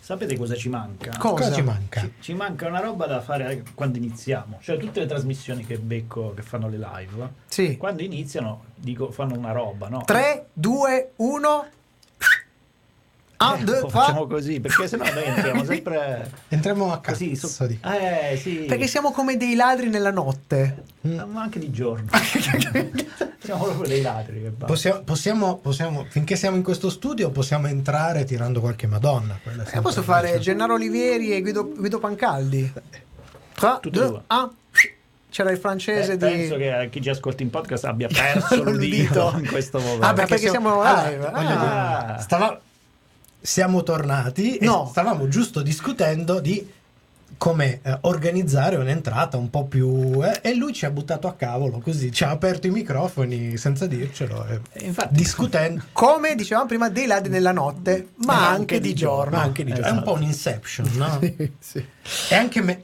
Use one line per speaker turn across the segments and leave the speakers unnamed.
Sapete cosa ci manca?
Cosa?
Cosa ci manca?
Ci, ci manca una roba da fare quando iniziamo. Cioè, tutte le trasmissioni che becco, che fanno le live,
Sì.
quando iniziano, dico, fanno una roba, no?
3, 2, 1.
Eh, facciamo così, perché sennò noi entriamo sempre
Entriamo a
così.
cazzo
su-
di...
eh, sì.
Perché Mm. siamo come dei ladri nella notte.
Ah, Ma anche di giorno. siamo proprio dei ladri. Che basta.
Possiamo, possiamo- possiamo- finché siamo in questo studio, possiamo entrare tirando qualche Madonna. quella è
Eh,
sempre
posso
una-
fare Gennaro Olivieri e Guido, Guido Pancaldi. 3,
Tutti e
2,
due.
1. C'era il francese
Eh,
di...
Penso che eh, chi ci ascolta in podcast abbia perso l'udito in questo momento.
Ah, beh, perché siamo
Ah,
live.
voglio
Ah.
dire, stava- siamo tornati
No.
e stavamo giusto discutendo di come eh, organizzare un'entrata un po' più... eh, e lui ci ha buttato a cavolo così, ci ha aperto i microfoni senza dircelo. e-
Eh, infatti-
discutendo.
Come dicevamo prima, dei ladri nella notte, ma anche, di giorno.
Ma anche di giorno. È un
Esatto.
po' un inception, no?
Sì.
È anche me-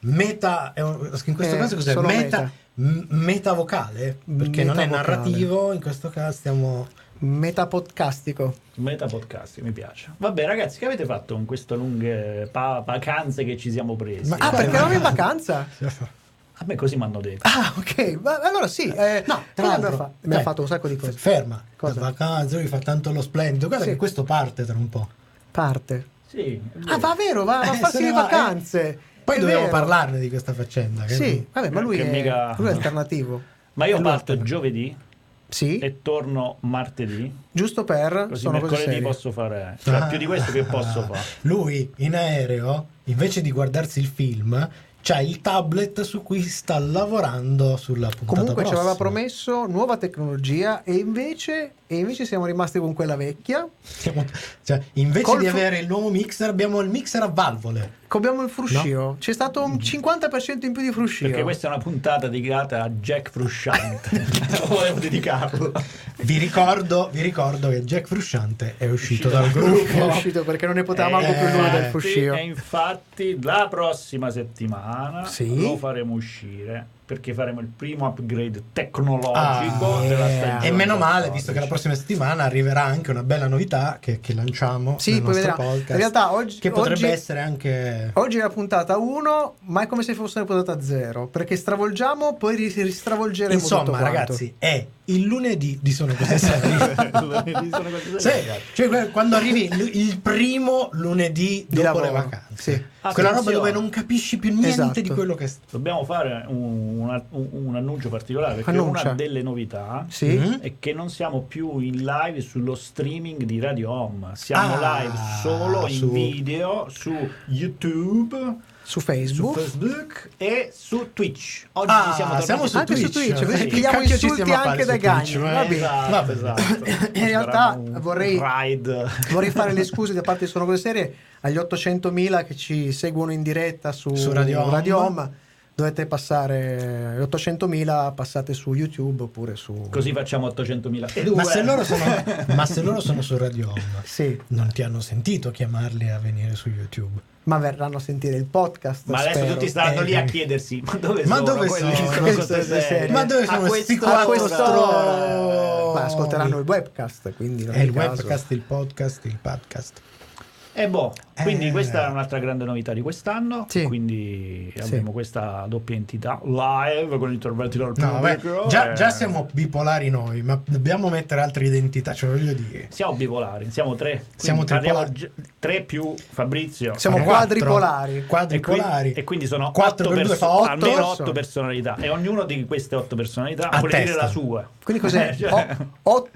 meta, è un- in questo
Eh,
caso cos'è?
solo
Meta, m- meta vocale, perché non è
Meta vocale.
narrativo, in questo caso stiamo...
Metapodcastico.
Meta podcast, mi piace. Vabbè, ragazzi, che avete fatto con queste lunghe pa- vacanze che ci siamo presi?
Ma-
Ah,
Sì.
perché eravamo in vacanza?
A me così mi hanno detto.
Ah, ok. Ma allora sì. eh,
No, tra
poi
l'altro,
abbiamo fa- abbiamo
dai,
fatto un sacco di cose.
f- Ferma,
Cosa?
la vacanza, lui fa tanto lo splendido, guarda
Sì.
che questo parte tra un po'.
Parte.
Sì. è vero.
Ah, va vero, va, va eh. a
Eh,
farsi
se
le
ne va,
vacanze.
Poi
È
dobbiamo
vero.
parlarne di questa faccenda. che-
Sì, vabbè, ma lui
Eh, Che
è,
mica-
lui è alternativo.
Ma io
Allora,
parto giovedì
Sì,
e torno martedì.
giusto per...
Così
sono cose
mercoledì
serie.
posso fare. Cioè,
Ah.
più di questo che posso fare.
Lui in aereo, invece di guardarsi il film, c'ha il tablet su cui sta lavorando sulla puntata
Comunque ci aveva
prossima.
promesso nuova tecnologia e invece, e invece siamo rimasti con quella vecchia.
Siamo- cioè, invece
Col
di
fu-
avere il nuovo mixer, abbiamo il mixer a valvole.
Abbiamo il fruscio. C'è stato un 50% in più di fruscio.
Perché questa è una puntata dedicata a Jack Frusciante. Volevo dedicarlo.
Vi ricordo, vi ricordo che Jack Frusciante è uscito dal
è
gruppo.
uscito perché non ne poteva manco più
Eh,
lui del
sì,
fruscio.
E infatti la prossima settimana
Sì.
lo faremo uscire perché faremo il primo upgrade tecnologico
Ah,
della
eh.
stagione.
E meno male,
14.
visto che la prossima settimana arriverà anche una bella novità che, che lanciamo
Sì,
nel
poi
nostro
vedremo.
podcast.
In realtà oggi-
che potrebbe
oggi-
essere anche
Oggi è la puntata 1, ma è come se fosse una puntata 0. Perché stravolgiamo, poi ri- ristravolgeremo tutto
Insomma,
quanto.
ragazzi, è il lunedì di Sono Cose Serie.
Ci sono cose
Sì,
serie.
cioè que- quando arrivi l- il primo lunedì
Di
dopo le
lavoro.
vacanze,
Sì.
Attenzione.
quella roba dove non capisci più niente
Esatto.
di quello che sta.
Dobbiamo fare un, una- un- un annuncio particolare perché
Annuncia.
una delle novità
Sì?
Mhm.
è che non siamo più in live sullo streaming di Radio Home, siamo
Ah,
live solo in
su-
video su YouTube, su
Su Facebook.
Facebook e su Twitch. Oggi
Ah,
siamo,
siamo
tornati
su
anche su Twitch,
Twitch,
quindi
sì.
pigliamo
Cacchio ci
insulti
stiamo a fare
anche
su
dai
Twitch,
gagni,
ma-
va bene.
Esatto,
Vabbè.
esatto.
In realtà
Sarà un
vorrei-
ride.
Vorrei fare le scuse da parte di Sono Cose Serie agli 800.000 che ci seguono in diretta su,
Su Radio Home.
Home. Dovete passare gli 800.000, passate su YouTube oppure su...
Così facciamo 800.000. E
Eh, Ma
due.
se, loro sono, ma se loro sono su Radio Home,
Sì,
non ti hanno sentito chiamarli a venire su YouTube.
ma verranno a sentire il podcast.
Ma adesso
spero.
tutti staranno
Eh,
lì a
sì.
chiedersi ma dove
Ma
sono
dove
quelli
sono?
che sono
Queste
cose
serie?
serie?
Ma dove
A
sono sti
quest'ora?
a
quattro
quest'ora.
stronzi?
Ma ascolteranno il webcast, quindi non
È Eh, il
caso.
webcast, il podcast, il podcast.
E boh, quindi
Eh.
questa è un'altra grande novità di quest'anno.
Sì.
Quindi
Sì.
avremo questa doppia entità live con interventi dal
No, vabbè,
pubblico.
già,
e-
già siamo bipolari noi, ma dobbiamo mettere altre identità, cioè voglio dire.
Siamo bivolari, siamo tre. Quindi
Siamo tre
parliamo
polari.
gi- tre più Fabrizio.
Siamo
Siamo quattro.
quadripolari.
E, qui-
Quadripolari.
e quindi sono
4
otto
per 2
perso-
fa 8.
almeno
Sono.
otto personalità. E ognuno di queste otto personalità
A
vuole dire
testa.
la sua.
Quindi cos'è?
Eh, cioè-
O-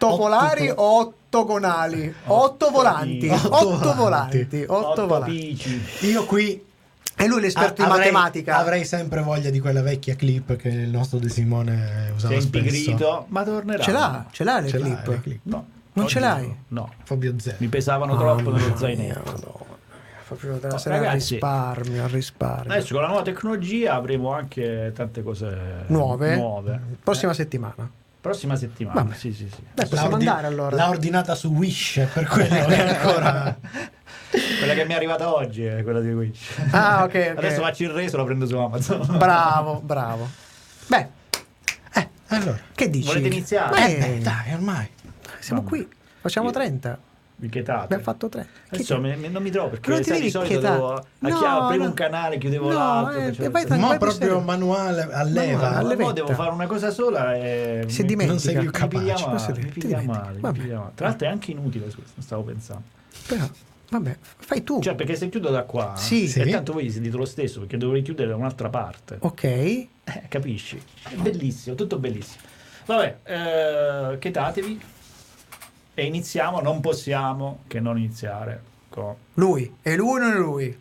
ottopolari o ottogonali? Otto volanti.
Otto
Otto
volanti.
volanti.
otto
Otto volanti.
bici.
Io qui
E lui è l'esperto
a-
in
avrei,
matematica.
Avrei sempre voglia di quella vecchia clip che il nostro De Simone
Si è
usava spesso.
impigrito, ma tornerà.
Ce l'ha, ce l'ha le
Ce l'ha,
clip.
le clip.
No.
Non
oggi
ce l'hai?
No.
Fabio Zero.
Mi pesavano troppo nello zainetto.
Proprio della
No,
sera al
ragazzi.
risparmio, al risparmio.
Adesso con la nuova tecnologia avremo anche tante cose
Nuove?
nuove.
Prossima settimana.
Prossima settimana.
Vabbè.
Sì, sì, sì.
Dai, possiamo andare allora.
L'ha ordinata su Wish per quello che ancora.
Quella che mi è arrivata oggi è quella di Twitch.
Ah, ok, ok.
Adesso faccio il reso, la prendo su Amazon.
Bravo, bravo. Beh,
allora,
che dici?
Volete iniziare?
Beh,
eh, dai, ormai.
siamo qui. Facciamo
Io-
30.
Vietate.
Abbiamo fatto tre.
Adesso mi- mi- non mi trovo perché
Non ti
sai, di
devi
solito
vietare.
devo a
No,
chi- aprivo
no.
un canale, chiudevo
No,
l'altro.
eh,
facevo-
e vai tra-
Ma
poi
proprio
possiamo-
manuale a
Ma
leva.
Manuale.
allora mo
levetta.
devo fare una cosa sola e
Si
mi-
dimentica.
Non sei più
mi piglia
capace.
pigliamo-
male,
questo è-
mi
ti
piglia
dimentica.
male, mi
Vabbè.
piglia male. Tra l'altro è anche inutile scusa, stavo pensando.
Però, vabbè, fai tu.
Cioè, perché se chiudo da qua,
Oh. Sì. Oh.
e
Sì.
tanto voi siete lo stesso, perché dovrei chiudere da un'altra parte.
Ok.
Eh, capisci? È bellissimo, tutto bellissimo. Vabbè, eh, chetatevi e iniziamo. Non possiamo che non iniziare con...
Lui. E lui non è lui.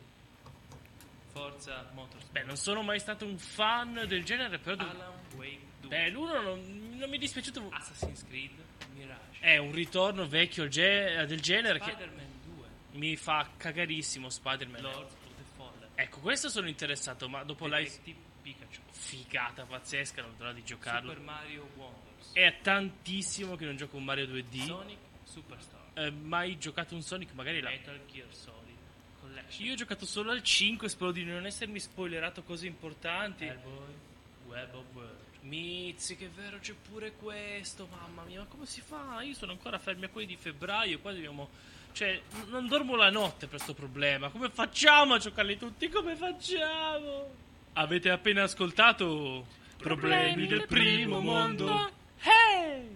Forza Motorsport. Beh, non sono mai stato un fan del genere, però... Alan Wake 2. Beh, l'uno non, non mi è dispiaciuto... Assassin's Creed Mirage. È un ritorno vecchio al ge- del genere che... Spider-Man 2. Mi fa cagarissimo Spider-Man. Lord of the Fallen. Ecco, questo sono interessato, ma dopo la... Pikachu. Figata pazzesca, non dovrà di giocarlo. Super Mario Wonders. È tantissimo che non gioco un Mario 2D. Sonic Superstar. mai giocato un Sonic, magari la... Metal Gear Solid. Io ho giocato solo al 5, spero di non essermi spoilerato cose importanti. Web of World. Mizzi, che è vero, c'è pure questo, mamma mia, ma come si fa? Io sono ancora fermi a quelli di febbraio, qua dobbiamo... Cioè, n- non dormo la notte per sto problema, come facciamo a giocarli tutti? Come facciamo? Avete appena ascoltato Problemi, del primo mondo. Hey!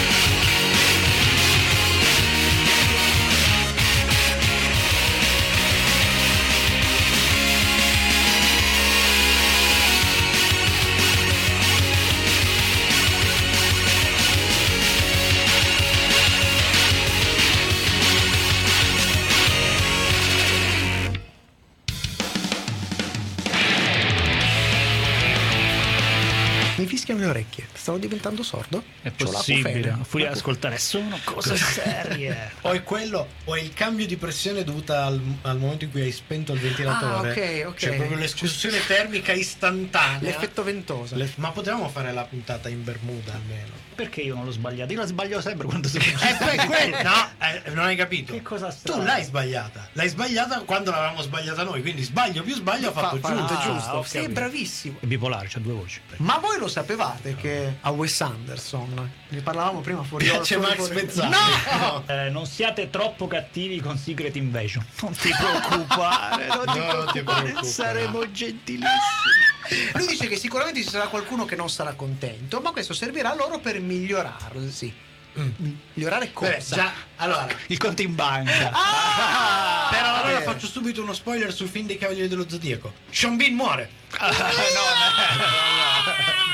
Mi fischiano le orecchie. Stavo diventando sordo.
È
C'ho la
possibile,
bufera.
a furia di ascoltare sono cose serie.
O è quello, o è il cambio di pressione dovuta al, al momento in cui hai spento il ventilatore.
Ah, ok, ok.
C'è proprio l'escursione termica istantanea.
L'effetto ventosa.
Le- ma potevamo fare la puntata in Bermuda almeno.
Perché io non l'ho sbagliato? Io la sbaglio sempre quando sono...
Eh, que- que- no, eh, non hai capito.
Che cosa strana.
tu l'hai sbagliata. L'hai sbagliata quando l'avevamo sbagliata noi. Quindi sbaglio più sbaglio ha fatto
Fa- fa-
giusto.
Ah,
giusto.
ho
Sì,
capito.
bravissimo.
È bipolare, c'ha due voci.
Ma voi lo sapevate che a Wes Anderson, ne parlavamo prima fuori
Piace
fuori-
Eh, Max
fuori-
Pezzani. No!
Eh, non siate troppo cattivi con Secret Invasion. Non ti preoccupare, non ti
No,
preoccupare,
ti preoccupare.
saremo gentilissimi.
Lui dice che sicuramente ci sarà qualcuno che non sarà contento, ma questo servirà loro per migliorarsi. Migliorare cosa?
Mm. Beh, già, allora,
Il conto in banca.
Ah!
Però allora
Eh.
faccio subito uno spoiler sul film dei Cavalieri dello Zodiaco. Sean Bean muore.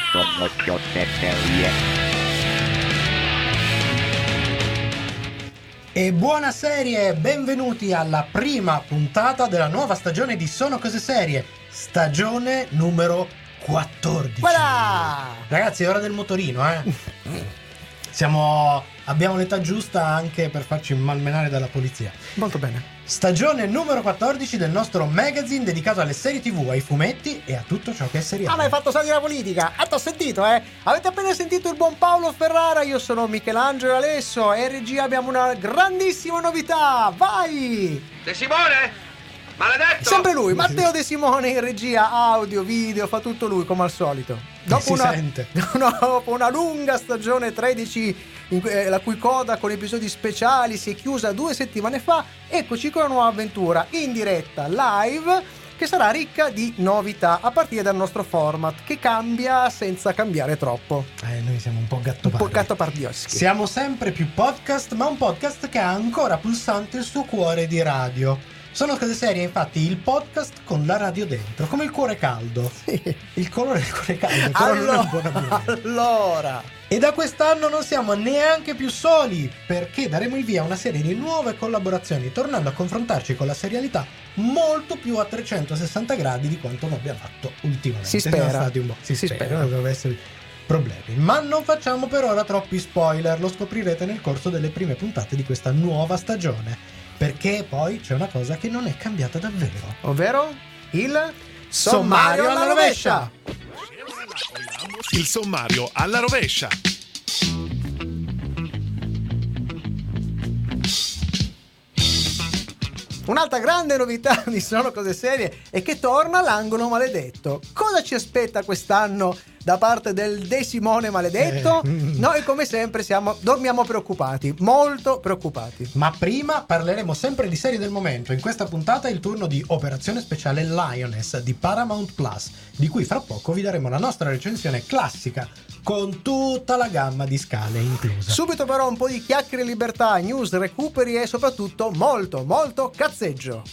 Somos de serie.
E buona serie, benvenuti alla prima puntata della nuova stagione di Sono Cose Serie, stagione numero 14.
Voilà!
Ragazzi, è ora del motorino, eh. Siamo abbiamo l'età giusta anche per farci malmenare dalla polizia.
Molto bene.
Stagione numero 14 del nostro magazine dedicato alle serie TV, ai fumetti e a tutto ciò che è seriale.
Ah, ma hai fatto salire la politica! Ah, t'ho sentito, eh! Avete appena sentito il buon Paolo Ferrara, io sono Michelangelo Alesso e in regia abbiamo una grandissima novità! Vai!
De Simone? Maledetto!
Sempre lui, Matteo De Simone in regia, audio, video, fa tutto lui come al solito.
si sente.
No, dopo una lunga stagione 13, in cui- eh, la cui coda con episodi speciali si è chiusa due settimane fa, eccoci con una nuova avventura in diretta, live, che sarà ricca di novità a partire dal nostro format, che cambia senza cambiare troppo.
Eh, noi siamo un po' gatto
Un po' gattopardioschi.
Siamo sempre più podcast, ma un podcast che ha ancora pulsante il suo cuore di radio. Sono cose serie, infatti, il podcast con la radio dentro, come il cuore caldo. Il colore del cuore caldo, però non è una buona
Allora,
birra.
allora,
E da quest'anno non siamo neanche più soli, perché daremo il via a una serie di nuove collaborazioni, tornando a confrontarci con la serialità molto più a 360 gradi di quanto non abbiamo fatto ultimamente.
Si spera.
Siamo stati un po'- si,
Si
spera,
spera.
non dovrebbero esserci problemi. Ma non facciamo per ora troppi spoiler, lo scoprirete nel corso delle prime puntate di questa nuova stagione, perché poi c'è una cosa che non è cambiata davvero.
ovvero il sommario alla rovescia.
Il sommario alla rovescia.
Un'altra grande novità di Sono Cose Serie è che torna l'angolo maledetto. Cosa ci aspetta quest'anno da parte del De Simone maledetto.
Eh.
Noi come sempre siamo, dormiamo preoccupati, molto preoccupati.
Ma prima parleremo sempre di serie del momento. In questa puntata è il turno di Operazione Speciale Lioness di Paramount Plus, di cui fra poco vi daremo la nostra recensione classica con tutta la gamma di scale inclusa.
Subito però un po' di chiacchiere in libertà, news, recuperi e soprattutto molto molto cazzeggio.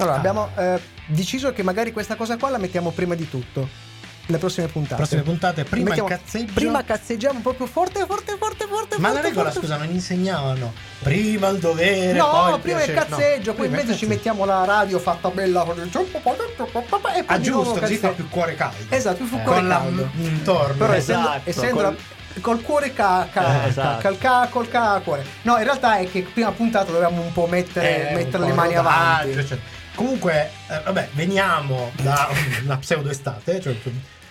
Allora,
Ah.
abbiamo eh, deciso che magari questa cosa qua la mettiamo prima di tutto. Le prossime puntate.
Prossime puntate, prima il
Mettiamo-
cazzeggio.
Prima cazzeggiamo proprio forte, forte, forte, forte.
Ma la
forte,
regola,
forte.
scusa, non insegnavano. Prima il dovere, poi
No,
il
prima il
piacere. No,
cazzeggio, poi in
prima il
mezzo ci
cazzeggio.
mettiamo la radio fatta bella con il giusto, e poi
Ah,
di nuovo
giusto, così fa
cazzeggio.
più cuore caldo.
Esatto, più fu
Eh,
cuore
con la-
caldo.
intorno.
Però essendo,
Esatto,
essendo
col-
la- col cuore ca, ca,
Eh, esatto.
cal- ca- col ca a cuore. No, in realtà è che prima puntata dovevamo un po' mettere,
Eh,
mettere
un
le
po' cioè,
mani
rodaggio,
avanti.
eccetera. Comunque, eh, vabbè, veniamo da una pseudo estate, cioè,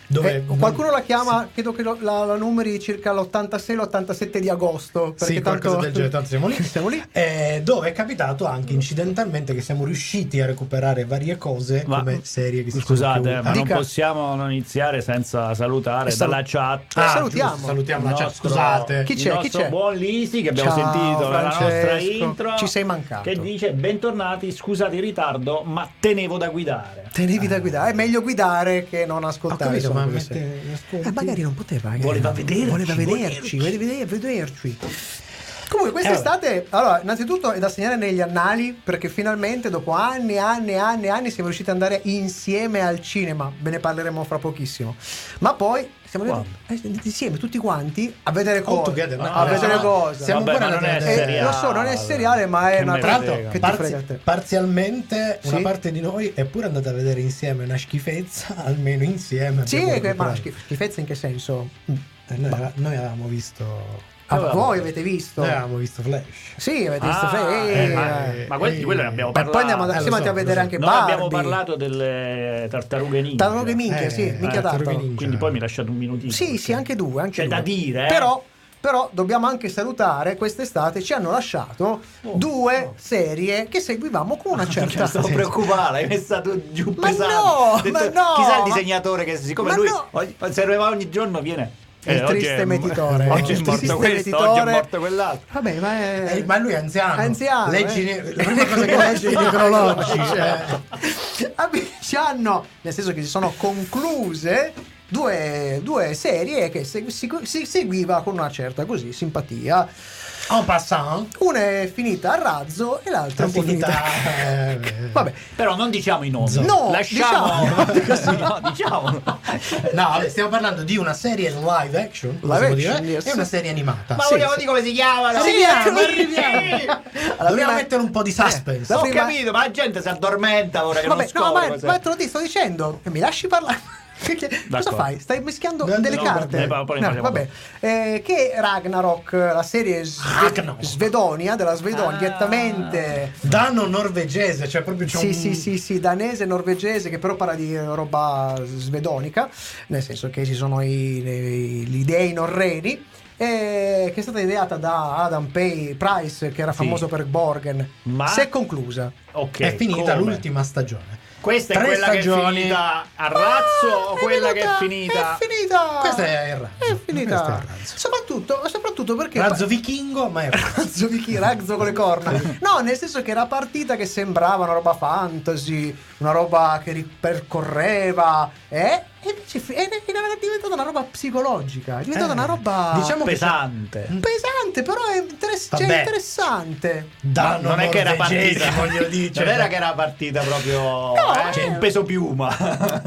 dove
Eh, qualcuno la chiama, credo che lo- la, la numeri circa l'86-87 di agosto. Perché
Sì, qualcosa
tanto,
del genere, tanto siamo lì.
Siamo lì.
Eh, dove è capitato anche incidentalmente che siamo riusciti a recuperare varie cose
Ma-
come serie che si sono
Scusate,
più-
ma
Dica.
non possiamo non iniziare senza salutare
Salu-
dalla chat.
Ah,
giusto,
salutiamo.
salutiamo la
Il
chat,
nostro-
scusate.
Chi
il
c'è? Chi
nostro
c'è?
buon Lisi che abbiamo
Ciao,
sentito nella nostra
Francesco.
intro.
Ci sei mancato.
Che dice bentornati, scusate il ritardo, ma tenevo da guidare.
Tenevi da guidare. È meglio guidare che non
Ho
ascoltare.
capito,
insomma,
ma
queste-
mette- ascolti.
Eh, magari non poteva. magari
Voleva
no.
vederci,
Voleva vederci.
vederci.
voleva vede- vederci. Comunque, quest'estate, allora, innanzitutto è da segnare negli annali perché finalmente, dopo anni e anni e anni e anni, siamo riusciti ad andare insieme al cinema. Ve ne parleremo fra pochissimo. Ma poi siamo andati eh, insieme tutti quanti a vedere
All
cosa.
together, no?
A
Ah,
vedere
no.
cosa.
Siamo
Vabbè,
ancora
ma non
nella
è
terza-
Eh,
seriale.
lo so, non è seriale, ma è
Che
una-
me
Tra l'altro,
frega.
che ti
parzi-
frega a te.
parzialmente una
Sì.
parte di noi è pure andata a vedere insieme una schifezza, almeno insieme.
Sì,
abbiamo
che- ma
recuperato.
schif- schifezza in che senso?
Eh, Noi, ava- noi avevamo visto.
A
Allora,
Ah, voi avete visto?
Noi avevamo Eh, visto Flash.
Sì, avete
Eh. Ah,
visto. fe-
eh, ma-
eh.
ma quelli- di quello ne abbiamo
Beh,
parlato.
poi andiamo ad-
Eh, lo
siamo andati
so,
a vedere
lo
anche
Noi abbiamo
Barbie.
parlato delle tartarughe ninja.
Tartarughe minchia, sì,
Eh,
minchia
Tartarughe
tartaro.
Ninja.
Quindi poi mi lasciate un minutino.
Sì,
perché-
sì, anche due, anche
C'è
due.
da dire, eh.
Però, però dobbiamo anche salutare quest'estate ci hanno lasciato
Oh,
due serie che seguivamo con una certa
Mi stavo preoccupando, hai messo tu giù
Ma
pesante.
no,
Ho detto,
ma no,
Chissà il
ma-
disegnatore che siccome
ma
lui
no.
ogni- se arriva ogni giorno viene... Eh,
Il
oggi
triste
è-
metitore.
Oggi è
Il
morto
triste
questo, oggi
metitore.
è morto quell'altro.
Vabbè, ma è
Eh, ma lui è anziano.
Anziano,
Leggi,
eh.
La prima cosa che legge è i necrologi. cioè.
Abbi- ci hanno, Ah, nel senso che si sono concluse due, due serie che se- si, si seguiva con una certa così simpatia.
En passant,
Una è finita a razzo e l'altra è un po' finita.
finita.
Vabbè,
Però non diciamo i nomi.
No,
lasciamo. Diciamo. no, diciamo.
No, vabbè, stiamo parlando di una serie live action, possiamo
action,
dire,
yes.
e una serie animata.
Ma
Sì,
vogliamo
sì.
dire come si chiamano?
Arriviamo,
arriviamo.
ecco. Allora,
Dobbiamo
prima-
mettere un po' di suspense.
Eh,
Ho
prima-
capito, ma la gente si addormenta ora che non
Vabbè, no,
scopre.
ma,
cos'è.
ma te lo ti sto dicendo, che mi lasci parlare. Perché cosa
D'accordo.
fai? Stai mischiando
No,
delle
no,
carte.
vabbè, poi ne parliamo
No, vabbè. Eh, che Ragnarok, la serie sve-
Ragnarok.
Svedonia, della Svedonia, direttamente
Dano norvegese, cioè proprio c'è
sì,
un...
sì, sì, sì, danese, norvegese, che però parla di roba svedonica, nel senso che ci sono i, i- gli dei norreni, eh, che è stata ideata da Adam Pay Price, che era famoso per Borgen.
Ma-
Si è conclusa.
Ok,
È finita
come?
l'ultima stagione.
Questa è
Tre
quella che è
stagioni.
finita a razzo o
Ah,
quella che è
venuta-
finita?
È finita!
Questa è il razzo.
È
Questa è
finita.
il razzo.
Soprattutto, soprattutto perché...
Razzo vichingo, ma è razzo.
Razzo di chi? Razzo con le corna. No, nel senso che era partita che sembrava una roba fantasy, una roba che ripercorreva, eh? E invece fi- è è diventata una roba psicologica, è diventata
Eh,
una roba
diciamo che-
Ah, pesante.
pesante, però è interess- cioè,
Vabbè.
interessante.
Ma
Dano
non è che era
norvegese,
partita,
voglio dire.
non era che era partita proprio
No,
eh,
eh.
in peso piuma.
Ma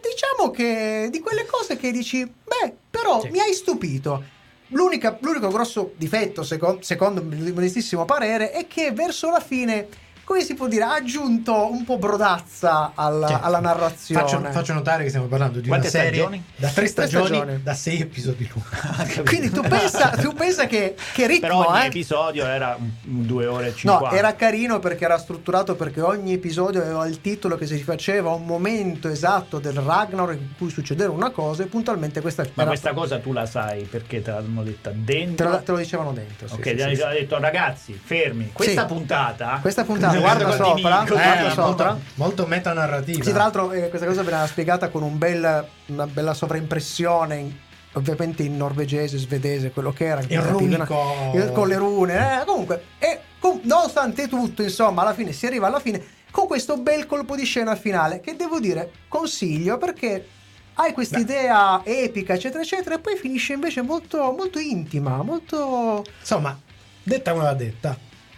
diciamo che di quelle cose che dici, beh, però mi hai stupito. L'unica- l'unico grosso difetto, seco- secondo il mio modestissimo parere, è che verso la fine come si può dire, ha aggiunto un po' brodazza alla,
Cioè,
alla narrazione.
Faccio, faccio notare che stiamo parlando di una
Quante
serie
stagioni?
da tre stagioni,
stagioni.
da sei episodi lunghi.
Quindi tu pensa, tu pensa che, che ritmo,
Però ogni
eh?
episodio era 2 ore e 50.
No, era carino perché era strutturato perché ogni episodio aveva il titolo che si faceva a un momento esatto del Ragnarok in cui succedeva una cosa e puntualmente questa
Ma
era-
questa cosa tu la sai perché te l'hanno detta
te,
dentro.
lo, te lo dicevano dentro. sì,
ok,
sì,
gli
sì,
hanno
sì.
detto ragazzi, fermi. Questa puntata
Questa puntata,
Con
guarda
Domenico
sopra,
Domenico,
guarda
eh,
sopra.
molto, molto metanarrativa.
Sì, tra l'altro eh, questa cosa veniva spiegata con un bel, una bella sovraimpressione, in- ovviamente in norvegese, svedese, quello che era.
Il runico.
Eh, con le rune. eh, comunque, e com- nonostante tutto, insomma, alla fine si arriva alla fine con questo bel colpo di scena finale che devo dire consiglio perché hai quest'idea epica, eccetera, eccetera, e poi finisce invece molto, molto intima, molto...
Insomma, detta come va detta,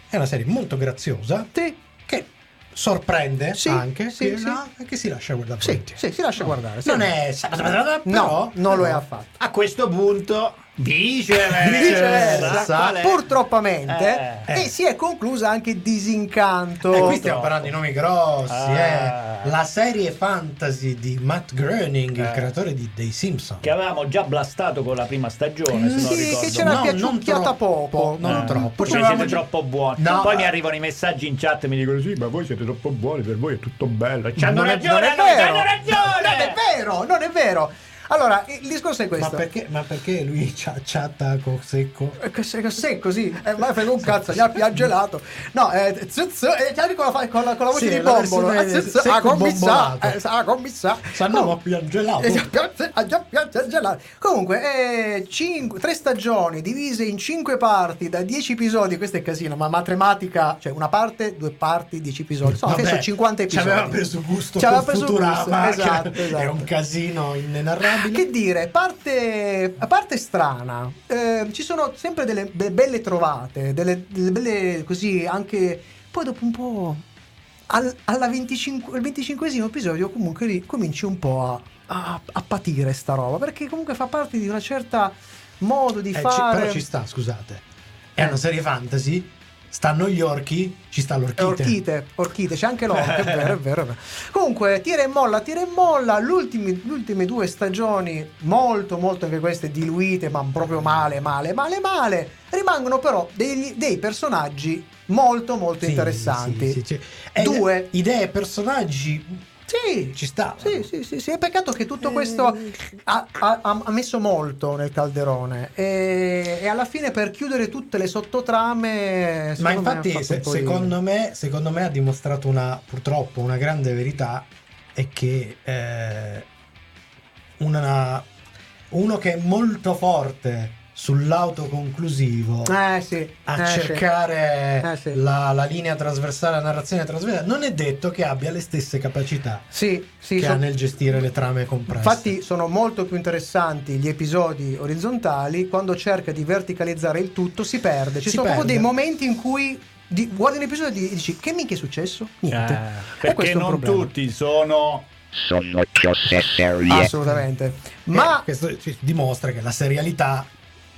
è una serie molto graziosa
Sì,
che sorprende
Sì,
anche
sì,
che-
sì.
no, e che si lascia guardare.
sì, sì, si lascia guardare. sì.
Non è... però-
No, non lo è affatto.
a questo punto viceversa.
viceversa,
Eh, certo. Qual è?
purtroppamente,
Eh.
e si è conclusa anche Disincanto.
E qui stiamo parlando di nomi grossi,
Ah.
eh. La serie fantasy di Matt Groening,
Eh.
il creatore di dei Simpson.
Che avevamo già blastato con la prima stagione, se non
Sì,
ricordo.
che c'era
No,
piaciucchiata
non troppo,
poco.
non
Eh,
troppo.
Perché
Cioè,
siete
avevamo-
troppo buoni.
No.
Poi mi
eh.
arrivano i messaggi in chat e mi dicono: Sì, ma voi siete troppo buoni, per voi è tutto bello. E ci
Ma
hanno
non è-
Non
ragione,
è
hanno ci
vero,
hanno ragione!
non è vero, non è vero. Allora, il discorso è
Ma
questo.
perché, ma perché lui c'ha- chatta con secco?
Eh, che se- che se è così, eh, ma frega un cazzo, gli ha gli ha gelato. No, eh, z- z- eh, chiari con la, fa- con la, con la voce
Sì,
di
la
bombolo.
versione
Eh, z- z-
secco
Ah, commissà,
bombolato.
eh, ah, commissà.
Sanno
Oh.
ma più angelato.
Eh, già piace- ah, già piace il gelato. Comunque, eh, cinque- tre stagioni divise in cinque parti da dieci episodi. Questo è casino, ma matematica, cioè una parte, due parti, dieci episodi. Sono
Vabbè,
adesso 50 episodi.
Ci aveva preso gusto
Ci aveva
con
preso
Futurama,
gusto,
che
esatto,
È
esatto. Ah,
un casino inenarrabile.
Che dire, parte, a parte strana, eh, ci sono sempre delle be- belle trovate, delle, delle belle così anche... Poi dopo un po'... al- alla 25, il 25 episodio comunque lì cominci un po' a, a- a patire sta roba, perché comunque fa parte di una certa modo di
Eh, ci-
fare...
però ci sta, scusate. È una serie fantasy. Stanno gli orchi, ci sta
Eh,
l'orchite.
Orchite, orchite, c'è anche l'orca, è vero, è vero, è vero. Comunque, tira e molla, tira e molla. L'ultimi, le ultime due stagioni, molto, molto anche queste diluite, ma proprio male, male, male, male. Rimangono però degli- dei personaggi molto, molto
Sì,
interessanti.
sì,
Sì,
sì, sì. Eh,
Due.
idee e personaggi. Ci sta.
Sì, Eh. sì, sì, sì, è peccato che tutto questo ha, ha- ha messo molto nel calderone e, e alla fine per chiudere tutte le sottotrame...
Ma
secondo me ha
infatti,
fatto
se-
un po' di-
secondo, me, secondo me ha dimostrato una, purtroppo una grande verità, è che eh, una- uno che è molto forte sull'autoconclusivo
Eh sì,
a
eh, sì.
cercare
Eh, sì.
la, la linea trasversale, la narrazione trasversale, non è detto che abbia le stesse capacità
Sì, sì,
che
so-
ha nel gestire le trame complesse.
Infatti sono molto più interessanti gli episodi orizzontali, quando cerca di verticalizzare il tutto si perde. Ci
Si
sono proprio
perde.
dei momenti in cui di- guardi un episodio e dici che minchia è successo? Niente.
Eh,
e
perché
questo è un
non
problema.
tutti sono
sono cose serie.
Assolutamente.
Ma
Ma
questo ci dimostra che la serialità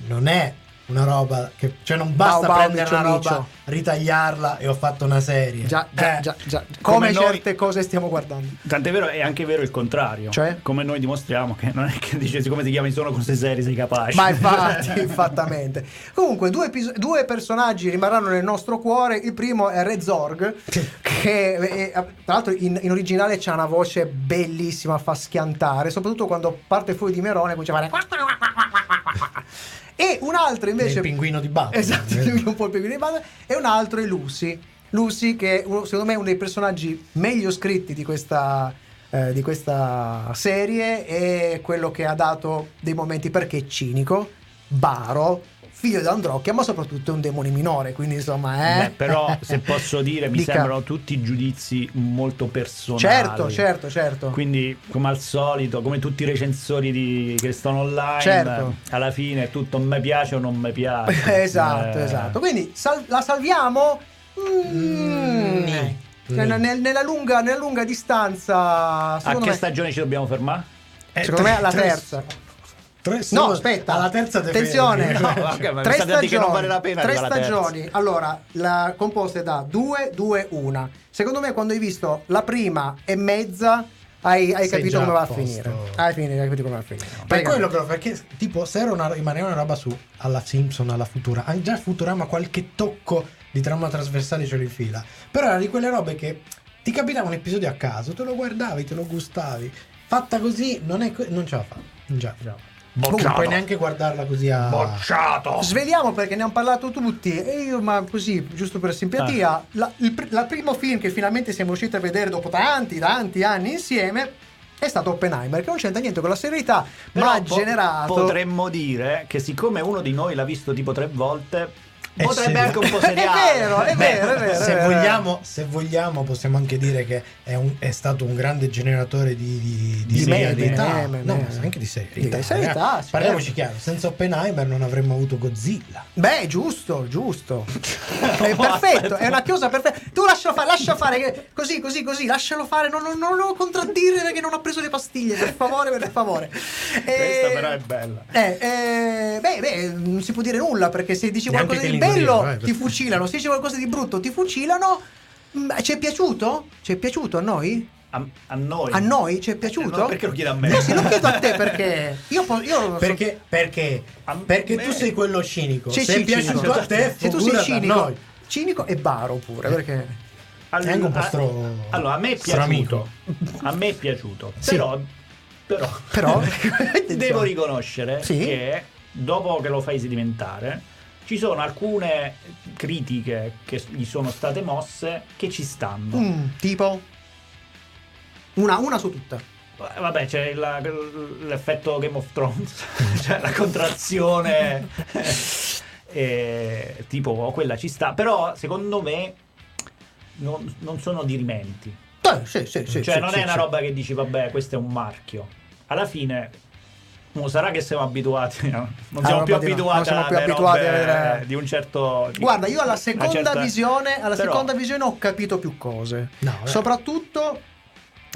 non è una roba che cioè non basta
Bau, bau,
prendere
micio,
una roba,
micio.
ritagliarla e ho fatto una serie.
già, già,
Eh,
già, già. come,
come noi-
certe cose stiamo guardando.
Tant'è vero, è anche vero il contrario.
Cioè?
Come noi dimostriamo che non è che dice siccome ti chiami sono cose serie sei capace.
Ma infatti, esattamente. Comunque, due, epis- due personaggi rimarranno nel nostro cuore. Il primo è Red Zorg, che eh, eh, tra l'altro in, in originale c'ha una voce bellissima, fa schiantare, soprattutto quando parte fuori di Merone comincia a fare... E un altro invece...
il pinguino di
Ah,
Batman.
Esatto, lui è un po' il pinguino di Batman. E un altro è Lucy. Lucy che è uno- secondo me è uno dei personaggi meglio scritti di questa, eh, di questa serie è quello che ha dato dei momenti perché è cinico, baro, figlio d'Androcchia, ma soprattutto è un demone minore, quindi insomma
Beh,
eh.
però se posso dire mi
Dica.
sembrano tutti giudizi molto personali.
Certo, certo, certo.
Quindi, come al solito, come tutti i recensori di- che stanno online,
Certo.
eh, alla fine è tutto mi piace o non mi piace.
esatto,
Eh,
esatto. Quindi sal- la salviamo? Mm. Cioè, nel- nella, lunga, nella lunga distanza,
A
secondo
che
me,
stagione ci dobbiamo fermare?
Eh,
secondo me
tre-
alla
tre-
terza.
Tre-
No,
solo-
aspetta.
Alla terza dei
Attenzione,
ferri.
no,
vabbè, ma mi
tre
state a
stagioni.
dire che non vale la pena
tre
arrivare alla terza.
stagioni. Allora, la composta è da 2, 2, 1. Secondo me, quando hai visto la prima e mezza, hai, hai
Sei
capito
già
come va
a
a
posto.
finire. Hai, finito, hai capito come va a finire.
Per
Prego.
quello però, perché tipo se era una, rimaneva una roba su alla Simpson, alla Futura, anche già Futurama qualche tocco di trama trasversale ce lo infila, però era di quelle robe che ti capitava un episodio a caso, te lo guardavi, te lo gustavi, fatta così non, è, que- non ce la fa, non ce la fa. Comunque, Non puoi neanche guardarla così a...
Bocciato!
Sveliamo perché ne hanno parlato tutti e io, ma così, giusto per
Ah.
simpatia, la, il, pr- la primo film che finalmente siamo riusciti a vedere dopo tanti, tanti anni insieme è stato Oppenheimer, che non c'entra niente con la serietà,
Però
ma ha
po-
generato...
Potremmo dire che siccome uno di noi l'ha visto tipo tre volte,
È
potrebbe
serio.
anche un po'
Eh È
seriare.
vero, è
Beh,
vero, è vero. è
se,
vero.
vogliamo, se vogliamo possiamo anche dire che è, un- è stato un grande generatore di, di,
Di meme,
serietà.
meme,
no,
meme.
ma anche di serietà.
Di serietà,
Raga, Parliamoci
certo.
chiaro, senza Oppenheimer non avremmo avuto Godzilla.
Beh, giusto, giusto. è perfetto, è una chiosa perfetta. Tu lascialo fare, lascia fare, che- così, così, così, lascialo fare, non, non, non lo contraddire perché non ha preso le pastiglie, per favore, per favore.
Questa
Eh,
però è bella.
Eh, eh, beh, beh, non si può dire nulla perché se dici
Neanche
qualcosa
che
di
li
bello
voleva, eh,
ti
perché-
fucilano, se dici qualcosa di brutto ti fucilano. Mm, Ci è piaciuto? Ci è piaciuto a noi?
A, a noi.
A noi ci è
Eh,
piaciuto?
no, perché lo chiedi a me?
No, sì, lo chiedo a te perché io, po- io non so-
Perché, perché,
A
perché
me-
tu sei quello cinico.
Sì,
se è
sì,
piaciuto
cinico.
a te, Eh.
se tu sei
cinico.
cinico, cinico e baro pure perché
All-
È anche un po'
a-
stro-
Allora, a me è piaciuto.
stramico.
A me è piaciuto.
Sì.
Però, però,
Però-
devo riconoscere
Sì.
che dopo che lo fai sedimentare, ci sono alcune critiche che gli sono state mosse che ci stanno.
Mm, tipo una, una su tutta.
Vabbè, c'è la- l'effetto Game of Thrones, cioè la contrazione. Eh, tipo, oh, quella ci sta. Però, secondo me, non, non sono dirimenti.
Eh, sì, sì, sì,
cioè,
sì,
non
sì,
è una
sì.
roba che dici, vabbè, questo è un marchio. Alla fine, non sarà che siamo abituati. no? Non siamo più
roba di-
abituati,
non siamo più
alle
abituati a
robe
vedere-
di un certo. di-
Guarda, io alla
una
seconda
certa-
visione, alla
Però-
seconda visione ho capito più cose.
No, vabbè.
Soprattutto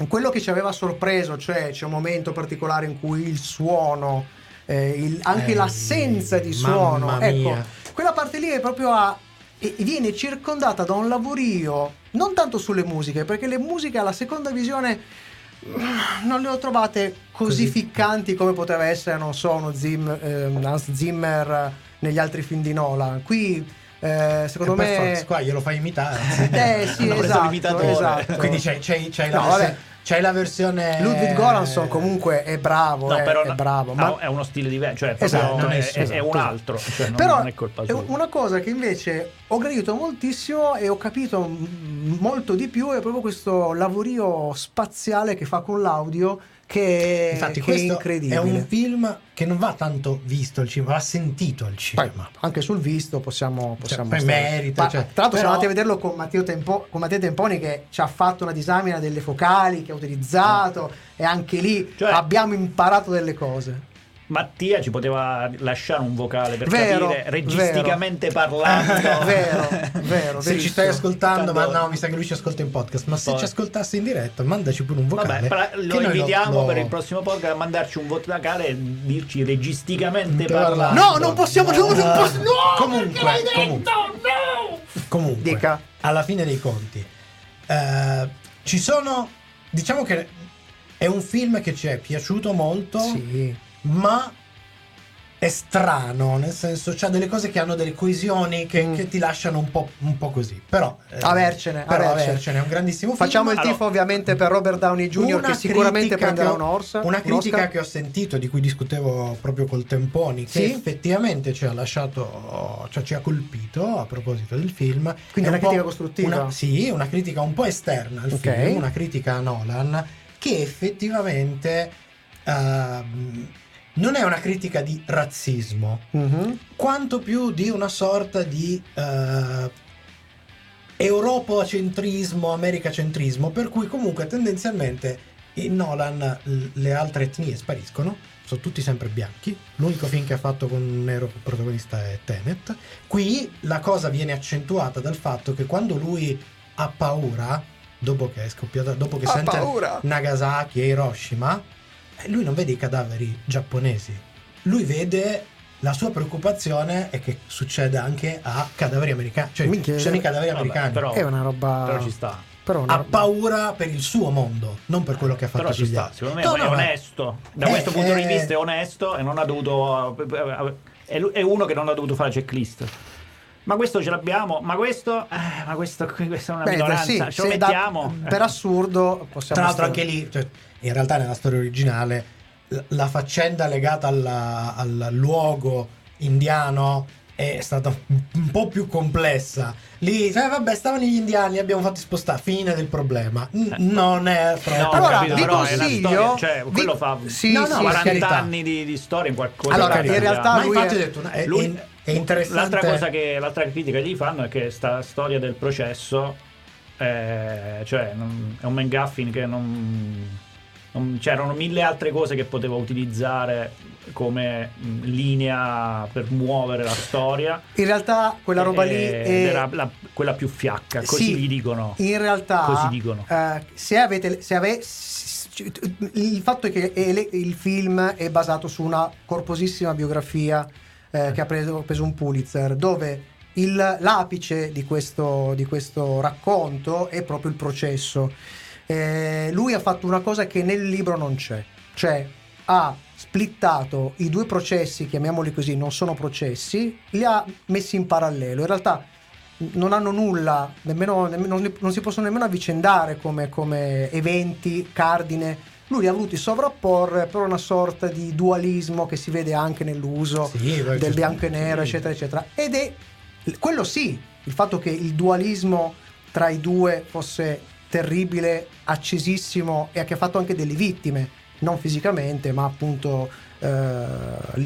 quello che ci aveva sorpreso, cioè c'è un momento particolare in cui il suono, eh, il- anche
Eh,
l'assenza di
mamma
suono, ecco,
mia.
quella parte lì è proprio a e- e viene circondata da un lavorio non tanto sulle musiche, perché le musiche alla seconda visione mm, non le ho trovate così,
Così.
ficcanti come poteva essere, non so, uno Zim, ehm, Hans Zimmer eh, negli altri film di Nolan. Qui, eh, secondo
E per
me...
forza, qua glielo fai imitare.
Eh sì,
Hanno preso
esatto,
l'imitatore.
esatto.
Quindi c'hai, c'hai- c'hai la
No,
versi-
vabbè.
c'hai la versione...
Ludwig Goranson comunque è bravo,
Eh. No, Ah,
è,
però
è bravo,
no,
ma
è uno stile diverso, cioè proprio
Esatto,
è,
esatto,
è- è un
esatto.
altro, cioè, non,
Però
non è colpa sua.
una cosa che invece ho gradito moltissimo e ho capito m- molto di più è proprio questo lavorio spaziale che fa con l'audio che,
Infatti
che è
questo
incredibile.
è un film che non va tanto visto al cinema, va sentito al
Poi,
cinema.
anche sul visto possiamo, possiamo
Cioè, poi
stare.
merita,
Ma,
cioè,
tra l'altro
però-
siamo andati a vederlo con Matteo, Tempo- con Matteo Temponi che ci ha fatto una disamina delle focali che ha utilizzato
Mm.
e anche lì
Cioè-
abbiamo imparato delle cose
Mattia ci poteva lasciare un vocale per
Vero,
capire registicamente parlando.
vero vero
se ci
verissimo.
stai ascoltando, ma
Tanto-
no, mi sa che lui ci ascolta in podcast. Ma se
Poi.
ci ascoltasse in diretta, mandaci pure un vocale.
Vabbè, pra-
che
lo
noi
invitiamo
lo-
per il prossimo podcast a mandarci un vocale e dirci registicamente
Parlando.
parlando.
No, non possiamo- no, non posso- no,
comunque, comunque, comunque,
Dica.
alla fine dei conti, eh, ci sono. Diciamo che è un film che ci è piaciuto molto,
Sì.
ma è strano, nel senso, c'ha delle cose che hanno delle coesioni che,
Mm.
che ti lasciano un po', un po' così. Però, eh,
Avercene,
però
avercene.
avercene, è un grandissimo film.
Facciamo il tifo
Allora-
ovviamente per Robert Downey Jr.
Una
che sicuramente
critica
prenderà
che ho-
un orsa.
Una
un
critica
Oscar.
che ho sentito, di cui discutevo proprio col Temponi, che
Sì?
effettivamente ci ha lasciato, cioè ci ha colpito a proposito del film.
Quindi
È
una
un
critica
po'
costruttiva?
una- sì, una critica un po' esterna al
Ok.
film, una critica a Nolan, che effettivamente ehm, non è una critica di razzismo,
Mhm.
quanto più di una sorta di eh, europocentrismo, americacentrismo, per cui comunque tendenzialmente in Nolan l- le altre etnie spariscono, sono tutti sempre bianchi, l'unico film che ha fatto con un nero protagonista è Tenet, qui la cosa viene accentuata dal fatto che quando lui ha paura, dopo che è scoppiata, dopo che
Ha
sente
paura.
Nagasaki e Hiroshima, eh, lui non vede i cadaveri giapponesi, lui vede la sua preoccupazione è che succede anche a cadaveri americani, cioè
Minchia.
ci sono i cadaveri
Vabbè,
americani.
però-
È una roba.
Però ci sta.
Però una
ha
roba-
paura per il suo mondo, non per quello che ha fatto
Però ci
sugli
sta,
altri.
secondo me
No,
è
no, ma-
onesto. Da
Eh,
questo punto di
eh.
vista è onesto e non ha dovuto. È lu- è uno che non ha dovuto fare checklist. Ma questo ce l'abbiamo, ma questo. eh, ma questo, qui- questa è una
Beh,
minoranza.
sì,
ce lo
se da-
mettiamo.
per assurdo possiamo
Tra l'altro
stare-
anche lì, cioè, in realtà nella storia originale, la- la faccenda legata alla- al luogo indiano è stata un- un po' più complessa. Lì, cioè, vabbè, stavano gli indiani, li abbiamo fatti spostare, fine del problema. N- non è proprio...
No,
Eh, Allora,
capito,
vi
però è una
consiglio-
storia, cioè,
vi-
quello fa
sì,
No, no, sì,
40
carità.
anni di, di storia in qualcosa.
Allora,
che
in realtà
ma
lui
infatti
è-
ho detto, no, è,
Lui-
è- è interessante.
L'altra cosa che l'altra critica che gli fanno è che sta storia del processo eh, cioè non- è un McGuffin che non, non- c'erano mille altre cose che poteva utilizzare come mh, linea per muovere la storia.
In realtà quella roba lì
Ed
è.
era la- quella più fiacca, così
Sì,
gli dicono.
In realtà,
Così dicono.
eh, se avete, se ave- s- c- il fatto è che ele- il film è basato su una corposissima biografia eh, che ha preso, preso un Pulitzer, dove il- l'apice di questo, di questo racconto è proprio il processo. Eh, lui ha fatto una cosa che nel libro non c'è, cioè ha splittato i due processi, chiamiamoli così, non sono processi, li ha messi in parallelo. In realtà non hanno nulla, nemmeno, nemmeno- non, non si possono nemmeno avvicendare come, come eventi, cardine. Lui li ha voluti sovrapporre per una sorta di dualismo che si vede anche nell'uso
Sì,
del
vai, giusto.
bianco e nero,
Sì.
eccetera, eccetera. Ed è quello sì, il fatto che il dualismo tra i due fosse terribile, accesissimo e che ha fatto anche delle vittime, non fisicamente, ma appunto eh,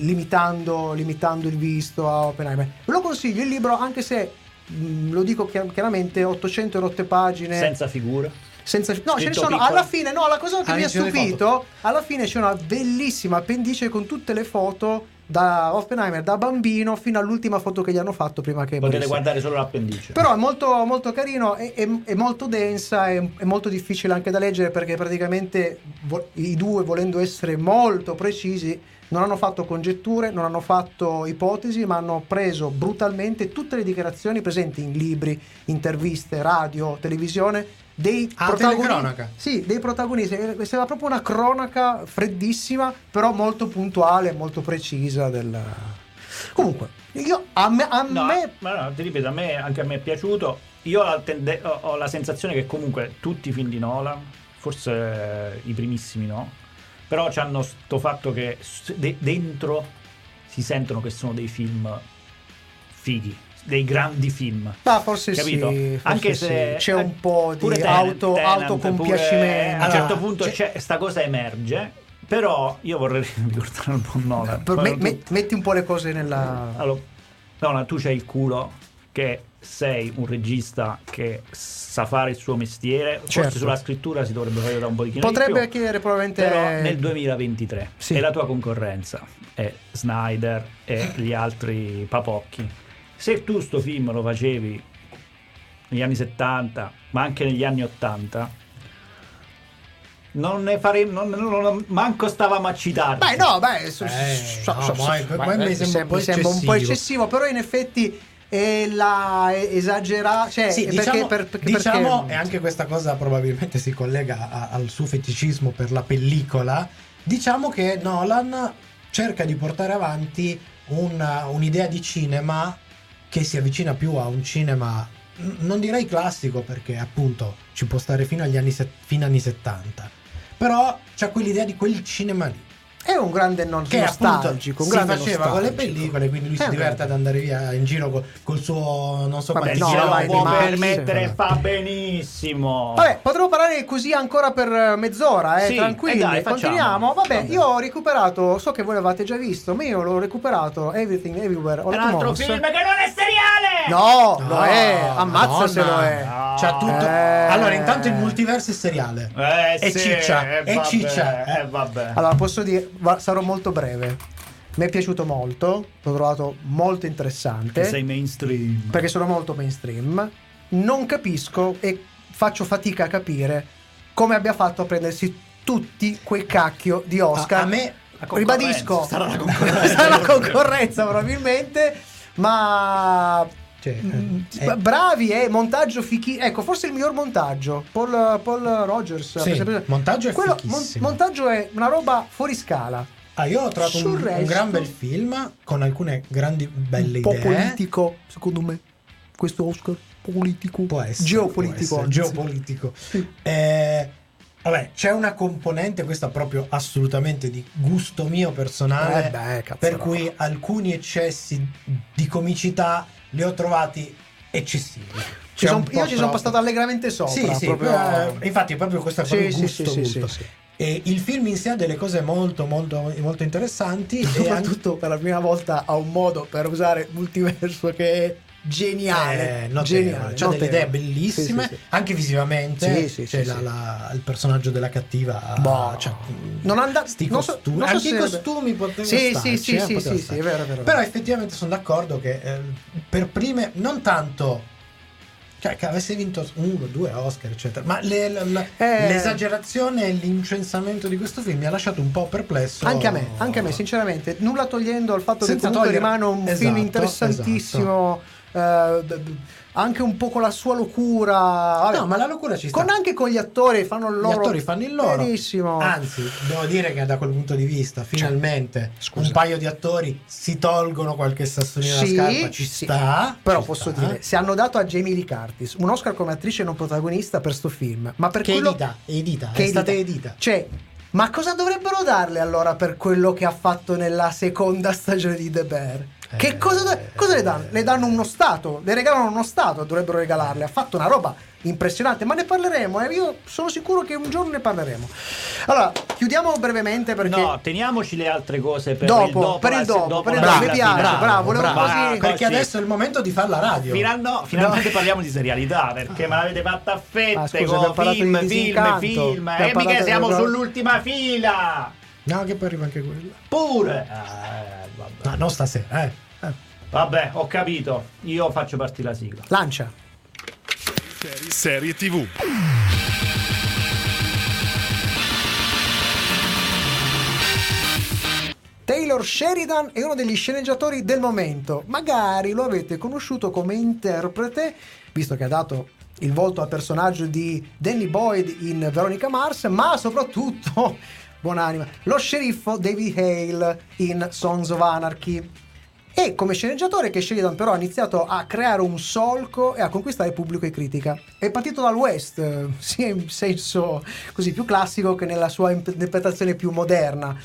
limitando, limitando il visto a Oppenheimer. Ve lo consiglio il libro, anche se mh, lo dico chiar- chiaramente 800 e rotte pagine
Senza figura.
senza- no ce ne
Scritto
sono
piccolo.
alla fine no la cosa che
Ah,
mi ha
ci sono le
stupito alla fine c'è una bellissima appendice con tutte le foto da Oppenheimer da bambino fino all'ultima foto che gli hanno fatto prima che
Potete
morisse.
guardare solo l'appendice.
Però è molto, molto carino, è, è- è molto densa, è, è molto difficile anche da leggere perché praticamente vo- i due, volendo essere molto precisi, non hanno fatto congetture, non hanno fatto ipotesi, ma hanno preso brutalmente tutte le dichiarazioni presenti in libri, interviste, radio, televisione. Dei,
Ah,
protagonisti,
telecronaca.
sì, dei protagonisti, Eh, questa era proprio una cronaca freddissima, però molto puntuale, molto precisa. Del... Comunque, io, a me, a
No, eh.
me
ma no, ti ripeto, a me, anche a me è piaciuto. Io ho la, tende- ho- ho la sensazione che comunque tutti i film di Nolan, forse eh, i primissimi no, però hanno sto fatto che s- de- dentro si sentono che sono dei film fighi, dei grandi film.
Ma forse
Capito?
sì, forse
Anche
sì.
se
c'è un po' di
pure Tenet-
auto,
Tenet, pure-
autocompiacimento.
a un certo
Allora,
punto
c'è-
c'è, sta cosa emerge, però io vorrei ricordare un po' Nolan.
Per- me-
Poi-
me- metti un po' le cose nella.
allora, Donna, tu c'hai il culo che sei un regista che sa fare il suo mestiere.
Certo.
Forse sulla scrittura si dovrebbe fare da un pochino
Potrebbe
di più.
chiedere probabilmente.
Però nel 2023
Sì.
e la tua concorrenza è Snyder e gli altri papocchi. Se tu sto film lo facevi negli anni 70, ma anche negli anni 80, non ne faremo, non, non- non- manco stavamo a citarti.
Beh, no, beh, su-
Eh,
su-
no,
su-
ma è-
su-
ma mi
mi
sembra un po'
sembra un po'
eccessivo.
eccessivo, però in effetti è la esagerata. Cioè,
Sì,
perché,
diciamo,
per- perché-
diciamo,
perché-
e anche questa cosa probabilmente si collega a- al suo feticismo per la pellicola, diciamo che Nolan cerca di portare avanti una- un'idea di cinema che si avvicina più a un cinema, n- non direi classico perché appunto ci può stare fino agli anni, set- fino agli anni 70, però c'è quell'idea di quel cinema lì
è un grande non
che
nostalgico.
appunto
Un
si
grande
faceva con le
nostalgico.
pellicole quindi lui
Eh,
si diverte ad
vabbè.
andare via in giro col, col suo non so
Vabbè,
quale
Beh,
no,
se
sia,
lo
vai,
può
di Max,
permettere,
vabbè.
fa benissimo.
Oh. Vabbè, potremmo parlare così ancora per eh, mezz'ora, eh,
Sì,
tranquilli.
eh dai, facciamo.
Continuiamo. Vabbè,
Vabbè.
io ho recuperato, so che voi l'avete già visto, ma io l'ho recuperato Everything Everywhere All
un
at
altro
Once.
film che non è seriale!
No,
No,
lo è, ammazza se lo
Madonna.
è.
No.
C'ha tutto.
Eh.
Allora, intanto il multiverso è seriale.
Eh,
E
sì,
ciccia,
eh,
e
vabbè,
ciccia.
eh, vabbè.
Allora, posso dire, va- sarò molto breve. Mi è piaciuto molto, l'ho trovato molto interessante.
mainstream.
perché sono molto mainstream, non capisco e faccio fatica a capire come abbia fatto a prendersi tutti quei cacchio di Oscar.
A- a me-
Ribadisco.
Sarà la
Sarà la concorrenza probabilmente, ma
Cioè,
Mm,
eh,
b- bravi eh, montaggio fichi ecco forse il miglior montaggio Paul, Paul Rogers
Sì, montaggio è fichissimo.
montaggio è una roba fuori scala
ah, io ho trovato un,
sul
un
resto-
gran bel film con alcune grandi belle
un po'
idee.
politico secondo me questo Oscar politico
Può essere,
geopolitico
può essere,
anzi.
geopolitico. Eh, vabbè, c'è una componente, questa proprio assolutamente di gusto mio personale,
Eh beh, cazzo,
Ah, per
no.
cui alcuni eccessi di comicità li ho trovati eccessivi.
Ci
C'è
son-
un po'
io ci sono
troppo.
passato allegramente sopra
Sì, sì,
proprio-
però, eh, infatti è proprio questo è
Sì,
proprio
sì,
gusto,
sì, sì,
gusto.
sì, sì.
E il film in sé ha delle cose molto molto molto interessanti e anche-
soprattutto per la prima volta ha un modo per usare multiverso che è geniale
Eh, notevole.
geniale
C'ha delle
notevole.
idee bellissime,
Sì, sì, sì.
anche visivamente.
Sì, sì,
c'è
sì,
la-
sì.
la- il personaggio della cattiva.
Boh.
cioè,
non anda-
sti
non so-
costumi.
non so
anche
se-
i costumi potevano
sì,
starci,
sì, sì,
eh,
sì,
potevano
sì, sì,
starci.
è vero, è vero.
Però effettivamente sono d'accordo che eh, per prime, non tanto. Cioè, che avesse vinto uno, due Oscar, eccetera. Ma le- la- la-
Eh.
l'esagerazione e l'incensamento di questo film mi ha lasciato un po' perplesso.
Anche a me, anche a me, sinceramente, nulla togliendo al fatto
Senza
che comunque
togliere-
rimane un film
esatto,
interessantissimo, eh, b- b- anche un po' con la sua locura. vabbè.
No, ma la locura ci sta.
Con- anche con gli attori fanno il loro.
Gli attori fanno il loro. Ah,
Benissimo. Cioè,
Anzi, devo dire che da quel punto di vista, finalmente, un paio di attori si tolgono qualche sassolino
Sì,
dalla scarpa. Ci
sì.
sta.
Però
ci
posso
sta.
dire, se hanno dato a Jamie Lee Curtis un Oscar come attrice non protagonista per sto film, ma per
Che
quello
edita, edita,
che
è stata
edita.
edita.
Cioè, ma cosa dovrebbero darle allora per quello che ha fatto nella seconda stagione di The Bear? Che
Eh,
cosa, da- cosa le danno? Le danno uno stato, le regalano uno stato, dovrebbero regalarle. Ha fatto una roba impressionante, ma ne parleremo, eh, io sono sicuro che un giorno ne parleremo. Allora, chiudiamo brevemente perché...
No, teniamoci le altre cose per
Dopo,
il dopo.
per il
la-
dopo, per il
la-
dopo, mi
la-
piace, bravo, volevo così-
Perché
così.
adesso è il momento di fare la radio.
Final- no, finalmente parliamo di serialità perché me l'avete fatta a fette
Ah, scusa, abbiamo
con
parlato
film,
di
film,
Disincanto,
film.
abbiamo
E mica
parlato
siamo
del-
sull'ultima fila.
No, che poi arriva anche quella.
Pure. Eh, vabbè.
No, non stasera, eh.
Vabbè, ho capito. Io faccio partire la sigla.
Lancia.
Serie TV.
Taylor Sheridan è uno degli sceneggiatori del momento. Magari lo avete conosciuto come interprete, visto che ha dato il volto al personaggio di Danny Boyd in Veronica Mars, ma soprattutto, buonanima, lo sceriffo David Hale in Sons of Anarchy. E come sceneggiatore che Sheridan però ha iniziato a creare un solco e a conquistare pubblico e critica. È partito dal West, eh, sia in senso così più classico che nella sua imp- interpretazione più moderna.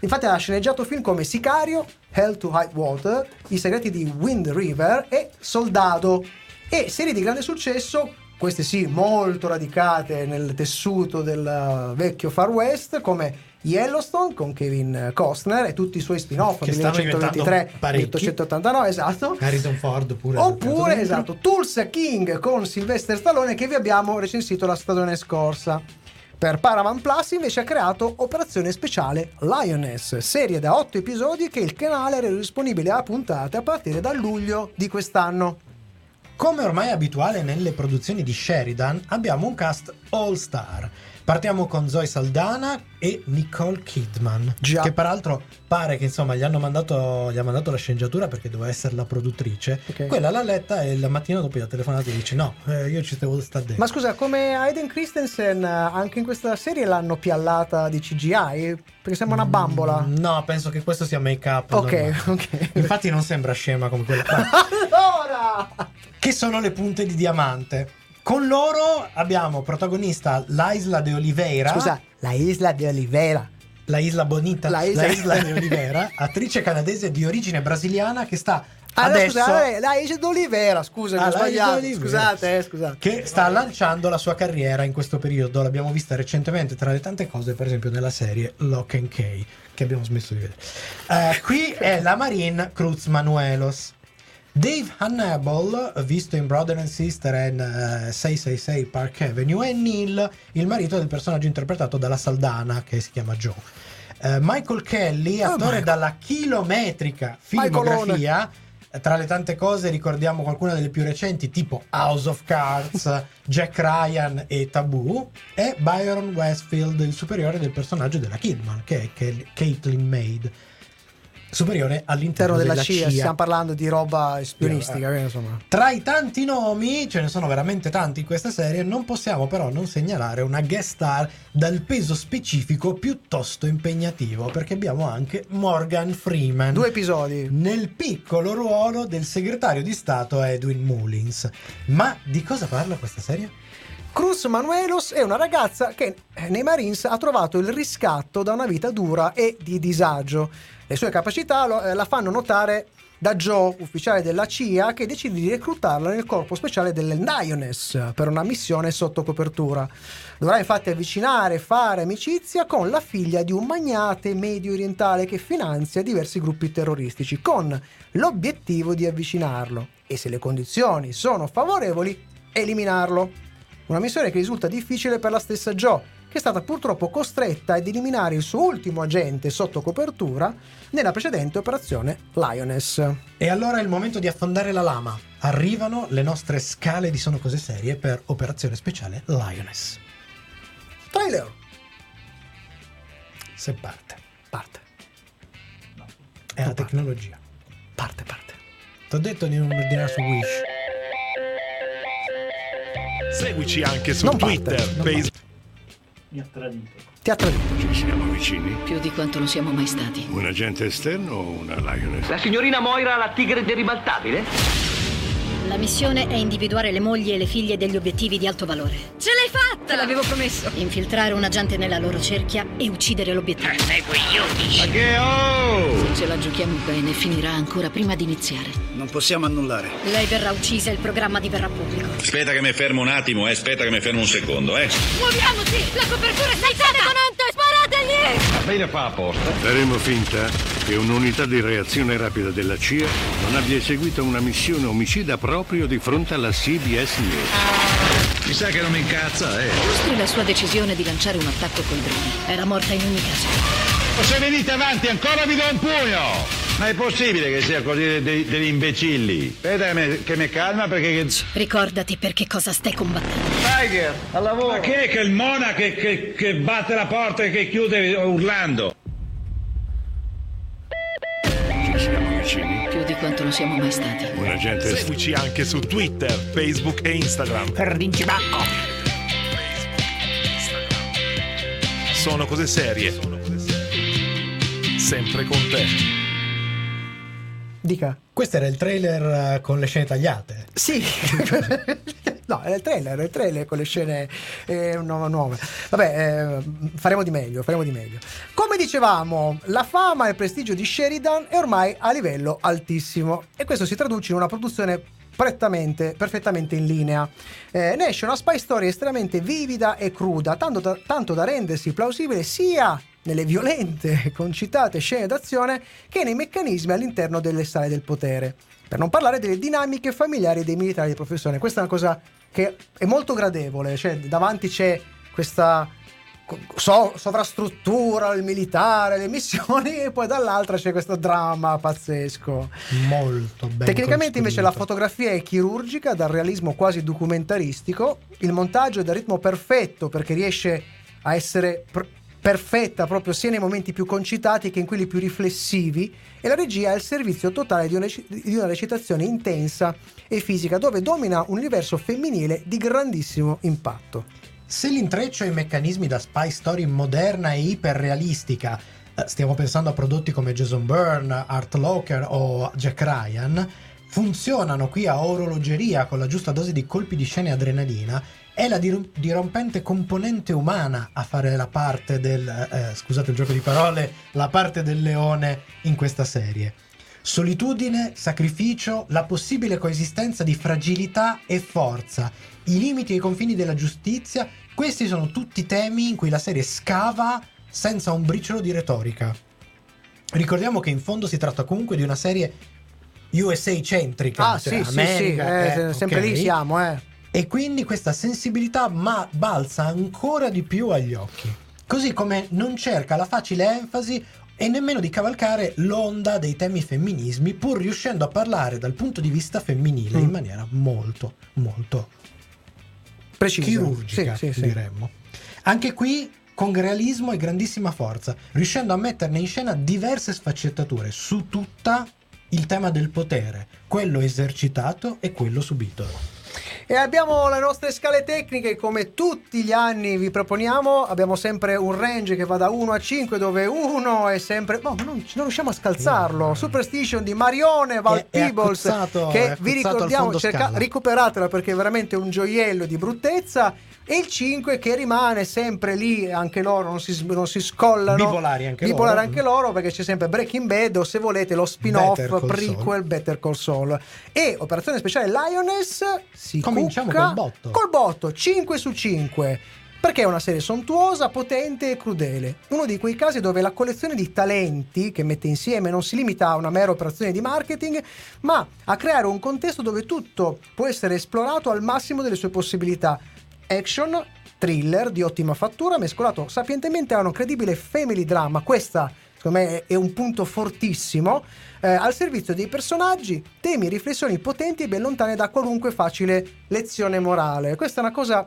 Infatti ha sceneggiato film come Sicario, Hell to High Water, I segreti di Wind River e Soldado. E serie di grande successo, queste sì molto radicate nel tessuto del eh, vecchio Far West, come Yellowstone con Kevin Costner e tutti i suoi spin-off
Che stanno diventando parecchi.
1889, esatto.
Harrison Ford pure.
Oppure, esatto, Tulsa King con Sylvester Stallone che vi abbiamo recensito la stagione scorsa. Per Paramount Plus invece ha creato Operazione Speciale Lioness, serie da 8 episodi che il canale era disponibile a puntate a partire da luglio di quest'anno.
Come ormai è abituale nelle produzioni di Sheridan, abbiamo un cast all star. Partiamo con Zoe Saldana e Nicole Kidman,
Già.
che peraltro pare che insomma gli hanno mandato, gli ha mandato la sceneggiatura perché doveva essere la produttrice.
Ok.
Quella l'ha letta e la mattina dopo gli ha telefonato e dice no, eh, io ci devo stare dentro.
Ma scusa, come Aiden Christensen, eh, anche in questa serie l'hanno piallata di CGI? Perché sembra una bambola.
Mm, No, penso che questo sia make up.
ok, ok.
Infatti non sembra scema come quella qua.
allora!
che sono le punte di diamante. Con loro abbiamo protagonista Laisla de Oliveira.
Scusa, la isla di Oliveira.
La Isla Bonita,
La
la
Isla-
Isla, di Oliveira, attrice canadese di origine brasiliana che sta
Ah, no,
adesso
scusate, la isla di Oliveira, scusa, mi ho
Ah, la Isla
sbagliato.
di Oliveira.
Scusate, eh, scusate.
che sta lanciando la sua carriera in questo periodo. L'abbiamo vista recentemente tra le tante cose, per esempio nella serie Lock and Key che abbiamo smesso di vedere. Eh, qui è la Marine Cruz Manuelos. Dave Hannibal, visto in Brother and Sister e in eh, 666 Park Avenue, e Neil, il marito del personaggio interpretato dalla Saldana, che si chiama Joe.
Ah,
Eh, Michael Kelly, attore dalla chilometrica
Michaelone.
filmografia, Eh, Tra le tante cose ricordiamo qualcuna delle più recenti, tipo House of Cards, Jack Ryan e Taboo, e Byron Westfield, il superiore del personaggio della Kidman, che è Kel- Caitlin Maid, superiore all'interno
All'interno
della,
della CIA,
CIA.
stiamo parlando di roba spionistica, quindi, insomma.
Tra i tanti nomi, ce ne sono veramente tanti in questa serie, non possiamo però non segnalare una guest star dal peso specifico piuttosto impegnativo, perché abbiamo anche Morgan Freeman.
Due episodi.
nel piccolo ruolo del segretario di Stato Edwin Mullins. Ma di cosa parla questa serie?
Cruz Manuelos è una ragazza che eh, nei Marines ha trovato il riscatto da una vita dura e di disagio. Le sue capacità lo- eh, la fanno notare da Joe, ufficiale della CIA, che decide di reclutarla nel corpo speciale delle Lioness per una missione sotto copertura. Dovrà infatti avvicinare e fare amicizia con la figlia di un magnate medio orientale che finanzia diversi gruppi terroristici, con l'obiettivo di avvicinarlo e se le condizioni sono favorevoli, eliminarlo. Una missione che risulta difficile per la stessa Jo, che è stata purtroppo costretta ad eliminare il suo ultimo agente sotto copertura nella precedente operazione Lioness.
E allora è il momento di affondare la lama. Arrivano le nostre scale di Sono Cose Serie per Operazione Speciale Lioness.
Trailer,
Se parte.
parte,
È la tecnologia.
parte, parte.
Ti ho detto di non ordinare su Wish.
Seguici anche su
Non parte,
Twitter,
non
Facebook.
Mi ha tradito.
Teatro di
Ci siamo vicini?
Più di quanto non siamo mai stati.
Un agente esterno o una Lioness?
La signorina Moira la tigre deribaltabile?
La missione è individuare le mogli e le figlie degli obiettivi di alto valore. Ce l'hai fatta! Te l'avevo promesso. Infiltrare un agente nella loro cerchia e uccidere l'obiettivo.
Che oh!
Se la giochiamo bene, finirà ancora prima di iniziare.
Non possiamo annullare.
Lei verrà uccisa e il programma diverrà pubblico.
Aspetta che mi fermo un attimo, eh, aspetta che mi fermo un secondo, eh.
Muoviamoci! La copertura è saltata! Sparategli!
Bene fa apposta.
Faremo finta che un'unità di reazione rapida della CIA non abbia eseguito una missione omicida proprio di fronte alla CBS News.
Chissà che non mi incazza, eh.
Mostri la sua decisione di lanciare un attacco coi droni. Era morta in ogni caso.
Se venite avanti ancora vi do un pugno! Ma è possibile che sia così de- de- degli imbecilli? Aspetta che me- che mi calma perché... Che...
Ricordati per che cosa stai combattendo.
Tiger, al lavoro.
Ma che è che il mona che, che- che batte la porta e che chiude urlando?
Ci siamo vicini?
Più di quanto non siamo mai stati.
Un agente esterno.
Seguici anche su Twitter, Facebook e Instagram. Sono cose serie. Sempre con te.
Dica.
Questo era il trailer eh, con le scene tagliate.
Sì, no, era il trailer, era il trailer con le scene eh, nu- nuove. Vabbè, eh, faremo di meglio, faremo di meglio. Come dicevamo, la fama e il prestigio di Sheridan è ormai a livello altissimo e questo si traduce in una produzione prettamente, perfettamente in linea. Eh, ne esce una spy story estremamente vivida e cruda, tanto da, tanto da rendersi plausibile sia nelle violente, concitate scene d'azione che nei meccanismi all'interno delle sale del potere. Per non parlare delle dinamiche familiari dei militari di professione. Questa è una cosa che è molto gradevole, cioè davanti c'è questa co- so- sovrastruttura, il militare, le missioni e poi dall'altra c'è questo dramma pazzesco.
Molto bello.
Tecnicamente invece la fotografia è chirurgica, dal realismo quasi documentaristico, il montaggio è dal ritmo perfetto perché riesce a essere pr- perfetta proprio sia nei momenti più concitati che in quelli più riflessivi e la regia è al servizio totale di una, rec- di una recitazione intensa e fisica dove domina un universo femminile di grandissimo impatto.
Se l'intreccio ai meccanismi da spy story moderna e iperrealistica, eh, stiamo pensando a prodotti come Jason Byrne, Art Locker o Jack Ryan, funzionano qui a orologeria con la giusta dose di colpi di scena e adrenalina, è la dir- dirompente componente umana a fare la parte del, eh, scusate il gioco di parole, la parte del leone in questa serie. Solitudine, sacrificio, la possibile coesistenza di fragilità e forza, i limiti e i confini della giustizia, questi sono tutti temi in cui la serie scava senza un briciolo di retorica. Ricordiamo che in fondo si tratta comunque di una serie USA
Ah,
centrica, cioè America,
eh,
eh,
sempre
ok?
lì siamo, eh.
E quindi questa sensibilità ma balza ancora di più agli occhi. Così come non cerca la facile enfasi e nemmeno di cavalcare l'onda dei temi femminismi, pur riuscendo a parlare dal punto di vista femminile
Mm.
in maniera molto, molto
Precisa.
chirurgica,
Sì, sì, sì.
diremmo. Anche qui con realismo e grandissima forza, riuscendo a metterne in scena diverse sfaccettature su tutta il tema del potere, quello esercitato e quello subito.
E abbiamo le nostre scale tecniche, come tutti gli anni vi proponiamo, abbiamo sempre un range che va da 1 a 5 dove 1 è sempre... No, ma non, non riusciamo a scalzarlo. Superstition di Marione Val
Che è
Peebles,
accozzato- è
che
accozzato
vi
al
ricordiamo,
fondo
cerca-
scala.
recuperatela perché è veramente un gioiello di bruttezza. E il 5 che rimane sempre lì, anche loro non si, s- non si scollano.
Bipolari anche loro.
Bipolari anche loro, perché c'è sempre Breaking Bad o se volete lo spin-off,
Better Call
prequel,
Saul.
Better Call Saul. E operazione speciale Lioness si
Cominciamo
cucca
col botto.
Col botto, 5 su 5. Perché è una serie sontuosa, potente e crudele. Uno di quei casi dove la collezione di talenti che mette insieme non si limita a una mera operazione di marketing, ma a creare un contesto dove tutto può essere esplorato al massimo delle sue possibilità. Action, thriller di ottima fattura, mescolato sapientemente a un credibile family drama. Questa, secondo me, è un punto fortissimo. eh, al servizio dei personaggi, temi e riflessioni potenti e ben lontane da qualunque facile lezione morale. Questa è una cosa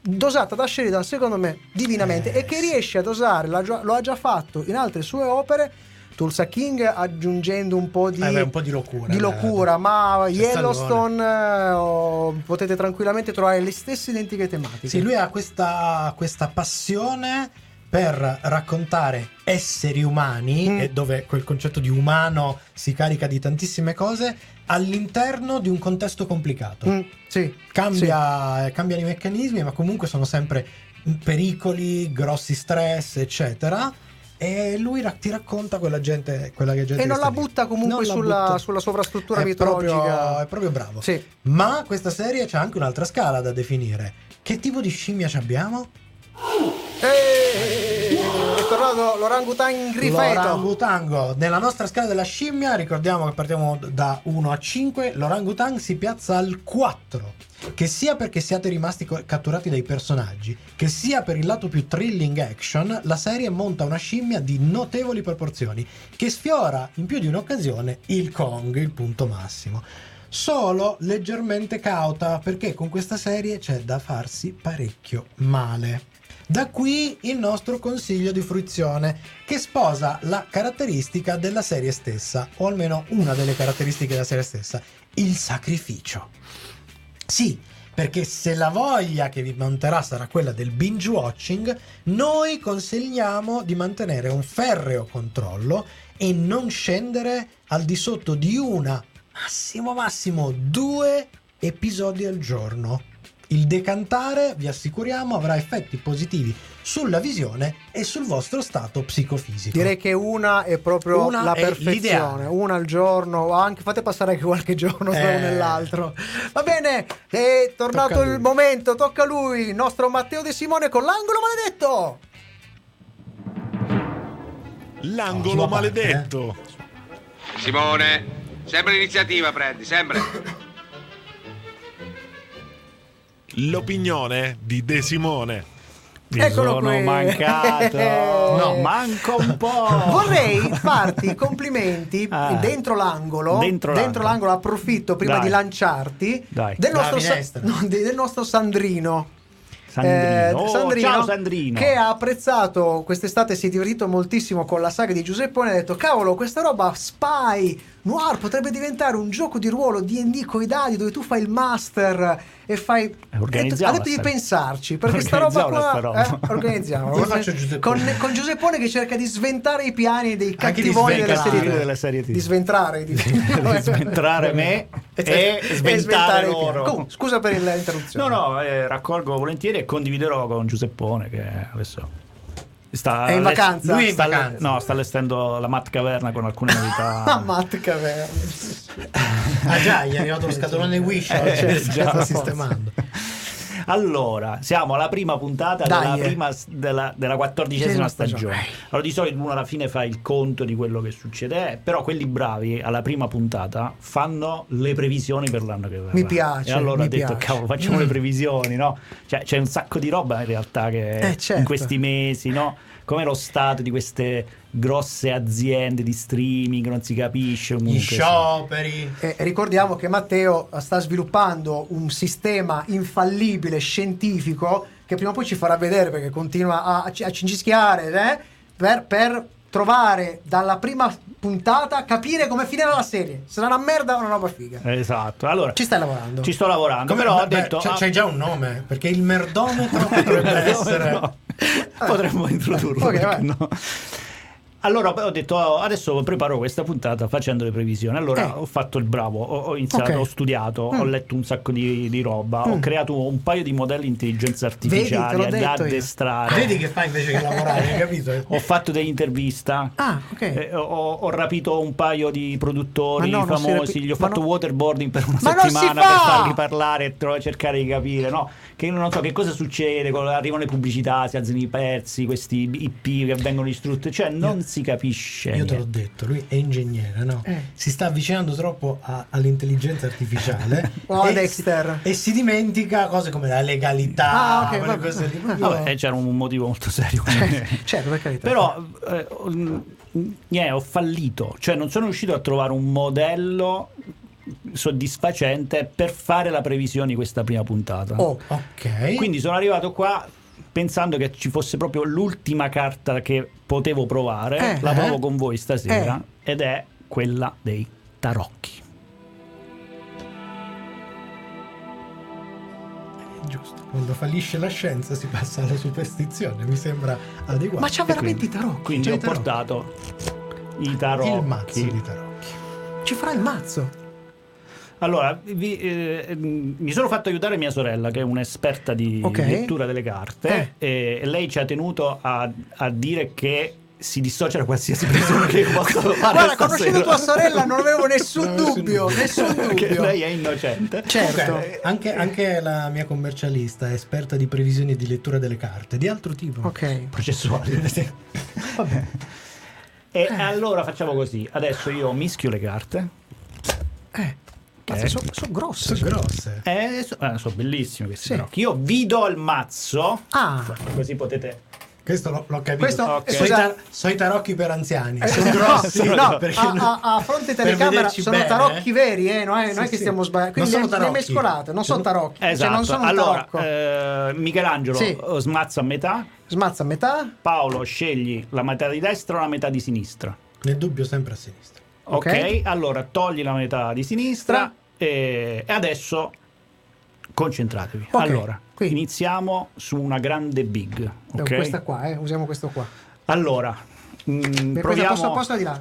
dosata da Sheridan, secondo me, divinamente, e
Eh,
che riesce a dosare, l'ha già- lo ha già fatto in altre sue opere. Tulsa King aggiungendo un po' di
Eh beh, un po' di locura.
di
dai.
locura, ma
Senza
Yellowstone eh, oh, potete tranquillamente trovare le stesse identiche tematiche.
Sì, lui ha questa, questa passione per raccontare esseri umani,
Mm.
e dove quel concetto di umano si carica di tantissime cose, all'interno di un contesto complicato.
Mm, sì,
Cambia, eh, cambiano i meccanismi, ma comunque sono sempre mm, pericoli, grossi stress, eccetera. E lui ra- ti racconta quella gente, quella gente
E
che
non
sta
la
lì.
butta comunque
Non la
sulla,
butta.
sulla sovrastruttura
è
mitologica.
proprio, è proprio bravo.
Sì.
Ma questa serie c'è anche un'altra scala da definire. Che tipo di scimmia ci abbiamo?
Eeeh, È tornato l'orangutan grifeto.
L'orangutango. Nella nostra scala della scimmia, ricordiamo che partiamo da 1 a 5, l'orangutan si piazza al 4. Che sia perché siate rimasti co- catturati dai personaggi, che sia per il lato più thrilling action, la serie monta una scimmia di notevoli proporzioni, che sfiora in più di un'occasione il Kong, il punto massimo. Solo leggermente cauta, perché con questa serie c'è da farsi parecchio male. Da qui il nostro consiglio di fruizione, che sposa la caratteristica della serie stessa, o almeno una delle caratteristiche della serie stessa, il sacrificio. Sì, perché se la voglia che vi manterrà sarà quella del binge watching, noi consigliamo di mantenere un ferreo controllo e non scendere al di sotto di una, massimo massimo due episodi al giorno. Il decantare, vi assicuriamo, avrà effetti positivi sulla visione e sul vostro stato psicofisico.
Direi che una è proprio
Una
la
è
perfezione,
l'ideale.
una al giorno, o anche fate passare anche qualche giorno tra
Eh.
uno e l'altro. Va bene, è tornato
Tocca a
il
lui.
momento, tocca a lui, il nostro Matteo De Simone con l'angolo maledetto.
L'angolo
Ah,
Sua parte,
maledetto.
eh?
Simone, sempre l'iniziativa prendi, sempre.
L'opinione di De Simone.
Mi
Eccolo
sono
qui.
mancato.
No.
no, manca un po'.
Vorrei farti i complimenti
Ah.
dentro l'angolo.
Dentro l'angolo.
l'angolo, approfitto prima
Dai.
di lanciarti
Dai.
Del,
La
nostro Sa-
minestra.
no, de- del nostro Sandrino. Eh,
Sandrino. Oh, ciao Sandrino.
che ha apprezzato quest'estate si è divertito moltissimo con la saga di Giuseppone ha detto cavolo questa roba spy noir potrebbe diventare un gioco di ruolo D&D coi dadi dove tu fai il master e fai
Organizziamo
ha detto di
sta-
pensarci perché sta roba qua
Organizziamo sta roba.
eh, organizziamo
Io faccio Giuseppone.
Con, con Giuseppone che cerca di sventare i piani dei
Anche di
cattivoni della
sventrare.
serie
cattivo
TV
della serie TV.
di sventrare di
Di sventrare me e sventare
i piani.
loro.
Comunque, scusa per
No,
l'interruzione
no, eh, raccolgo volentieri e condividerò con Giuseppone che adesso sta
È in
alle-
vacanza? Lui è in
sta alle-
vacanza.
No, sta allestendo la Matt Caverna con alcune
Ah,
novità.
Matt Caverna.
Ah già, gli è arrivato lo scatolone Wish,
Eh,
cioè,
certo,
già.
sta sistemando.
Allora, siamo alla prima puntata
Dai,
della,
eh.
prima s- della, della quattordicesima
Sì,
stagione. Allora, di solito uno alla fine fa il conto di quello che succede, però quelli bravi alla prima puntata fanno le previsioni per l'anno che verrà.
Mi piace,
E allora
mi
ho detto,
piace. Mm.
cavolo, facciamo le previsioni, no? Cioè, c'è un sacco di roba in realtà che
Eh, certo.
in questi mesi, no? come lo stato di queste grosse aziende di streaming, non si capisce. comunque, sì.
Eh, ricordiamo che Matteo sta sviluppando un sistema infallibile scientifico che prima o poi ci farà vedere perché continua a, a cincischiare eh, per, per trovare dalla prima puntata capire come finirà la serie. Sarà una merda o una roba figa.
Esatto, allora
Ci stai lavorando.
ci sto lavorando, però ho detto...
c'è,
ah,
c'è già un nome, perché il merdometro potrebbe essere...
no, potremmo introdurlo.
Eh. ok,
perché
vai.
no? Allora ho detto oh, adesso preparo questa puntata facendo le previsioni. Allora ho fatto il bravo, ho, ho iniziato,
Eh. Ok.
ho studiato, ho letto un sacco di, di roba, ho
Mm.
creato un paio di modelli di intelligenza artificiale
Vedi, te l'ho
da
detto io.
addestrare.
Vedi che fa invece che lavorare, hai capito?
Ho fatto dell'intervista.
Ah, ok.
Eh, ho, ho rapito un paio di produttori
Ma no, non si
famosi,
rapi-
gli ho
ma
fatto
no-
waterboarding per una
Ma non si
settimana
fa!
per farli parlare e tro- cercare di capire, no? Che io non so che cosa succede, quando arrivano le pubblicità, si alzano i pezzi, questi IP che vengono distrutti, cioè non si capisce.
Io te l'ho
niente.
detto, lui è ingegnere, no?
Eh.
Si sta avvicinando troppo a- all'intelligenza artificiale
Oh,
e,
Dexter.
e si dimentica cose come la legalità,
Ah, ok,
quelle
vabbè.
cose lì.
Ah,
Vabbè.
Vabbè, eh, c'era un motivo molto serio.
Certo, per carità.
Però eh, mm, niente, ho fallito, cioè non sono riuscito a trovare un modello soddisfacente per fare la previsione di questa prima puntata.
Oh,
ok.
Quindi sono arrivato qua pensando che ci fosse proprio l'ultima carta che potevo provare,
Eh,
la provo
eh.
con voi stasera, ed è quella dei tarocchi.
Giusto. Quando fallisce la scienza si passa alla superstizione, mi sembra adeguato.
Ma c'ha
E
veramente
quindi-
i tarocchi?
Quindi
C'ha
ho
i tarocchi.
portato i tarocchi.
il mazzo di tarocchi.
Ci farà il mazzo.
Allora, vi- eh, mm, mi sono fatto aiutare mia sorella, che è un'esperta di
Ok. Eh.
lettura delle carte, e lei ci ha tenuto a, a dire che si dissocia da qualsiasi persona che io possa fare.
Guarda,
stasera.
conoscendo tua sorella non avevo nessun
Non avevo
dubbio, nessun
Che
dubbio.
lei è innocente.
Certo.
Ok, eh, Anche, anche la mia commercialista è esperta di previsioni e di lettura delle carte, di altro tipo.
Ok.
Processuale.
Vabbè.
E allora facciamo così. Adesso io mischio le carte.
Eh.
Eh.
Cazzo, sono Eh, grosse.
Sono grosse.
E so- ah, sono bellissimi questi
Sì.
tarocchi. Io vi do il mazzo.
Ah,
Così potete.
Questo l'ho, l'ho capito.
Questo- eh,
Ok.
sono, i
scusa-
tar- sono i tarocchi per anziani.
Eh,
sono
no,
grossi.
no,
perché
a,
non-
a- a fronte
per
telecamera
vederci
sono
bene.
tarocchi veri, eh, non è, non è
Sì,
che
sì.
stiamo sbagliando. Quindi
Non
le,
sono
le
tarocchi.
mescolate, non sono tarocchi.
Esatto.
Cioè, non sono un
allora,
tarocco.
eh, Michelangelo
Sì.
eh, smazza a metà.
Smazza a metà. Eh,
Paolo scegli la metà di destra o la metà di sinistra.
Nel dubbio sempre a sinistra.
Ok,
Ok.
allora togli la metà di sinistra e, e adesso concentratevi.
Ok,
Allora,
qui.
iniziamo su una grande big.
Eh,
ok?
Questa qua, eh, usiamo questo qua.
Allora, mm,
Per
proviamo,
Posso, posso di là.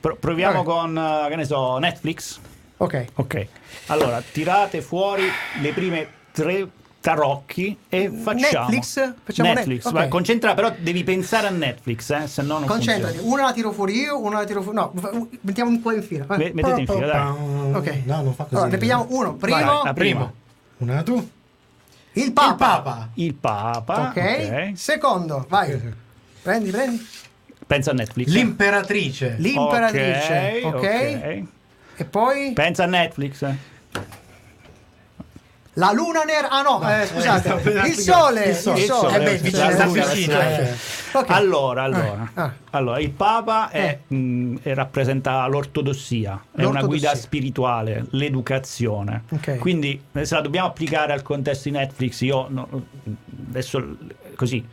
pro- proviamo
Vabbè.
con, eh, che ne so, Netflix.
Ok.
Ok, allora tirate fuori le prime tre tarocchi e facciamo
Netflix? Facciamo
Netflix,
Net-
vai,
ok.
concentra però devi pensare a Netflix eh, se no non
Concentrati,
funziona.
una la tiro fuori io, una la tiro fuori. No, fa- u- mettiamo qua in fila. vai.
Ve- mettete in fila dai
Ok.
No, non fa così.
Allora, ne prendiamo uno. Primo,
Vai, la prima.
Una tu.
il Papa.
Il Papa.
il Ah, Papa
ok. Secondo, vai. Prendi, prendi.
pensa a Netflix eh.
L'imperatrice.
L'imperatrice.
Ok,
ok.
ok.
E poi
pensa a Netflix eh.
la luna nera. Ah no, eh, scusate.
stavo per
il
dire-
sole. Il
il
sole.
sole.
sole,
Eh beh,
la
vicino,
luna,
sta
la
vicino,
luna.
eh.
Ok.
allora allora.
ah. Eh.
Allora, il Papa è, mh, e rappresenta l'ortodossia, è una
L'ortodossia.
guida spirituale, l'educazione.
Ok.
Quindi eh, se la dobbiamo applicare al contesto di Netflix, io no- adesso l- così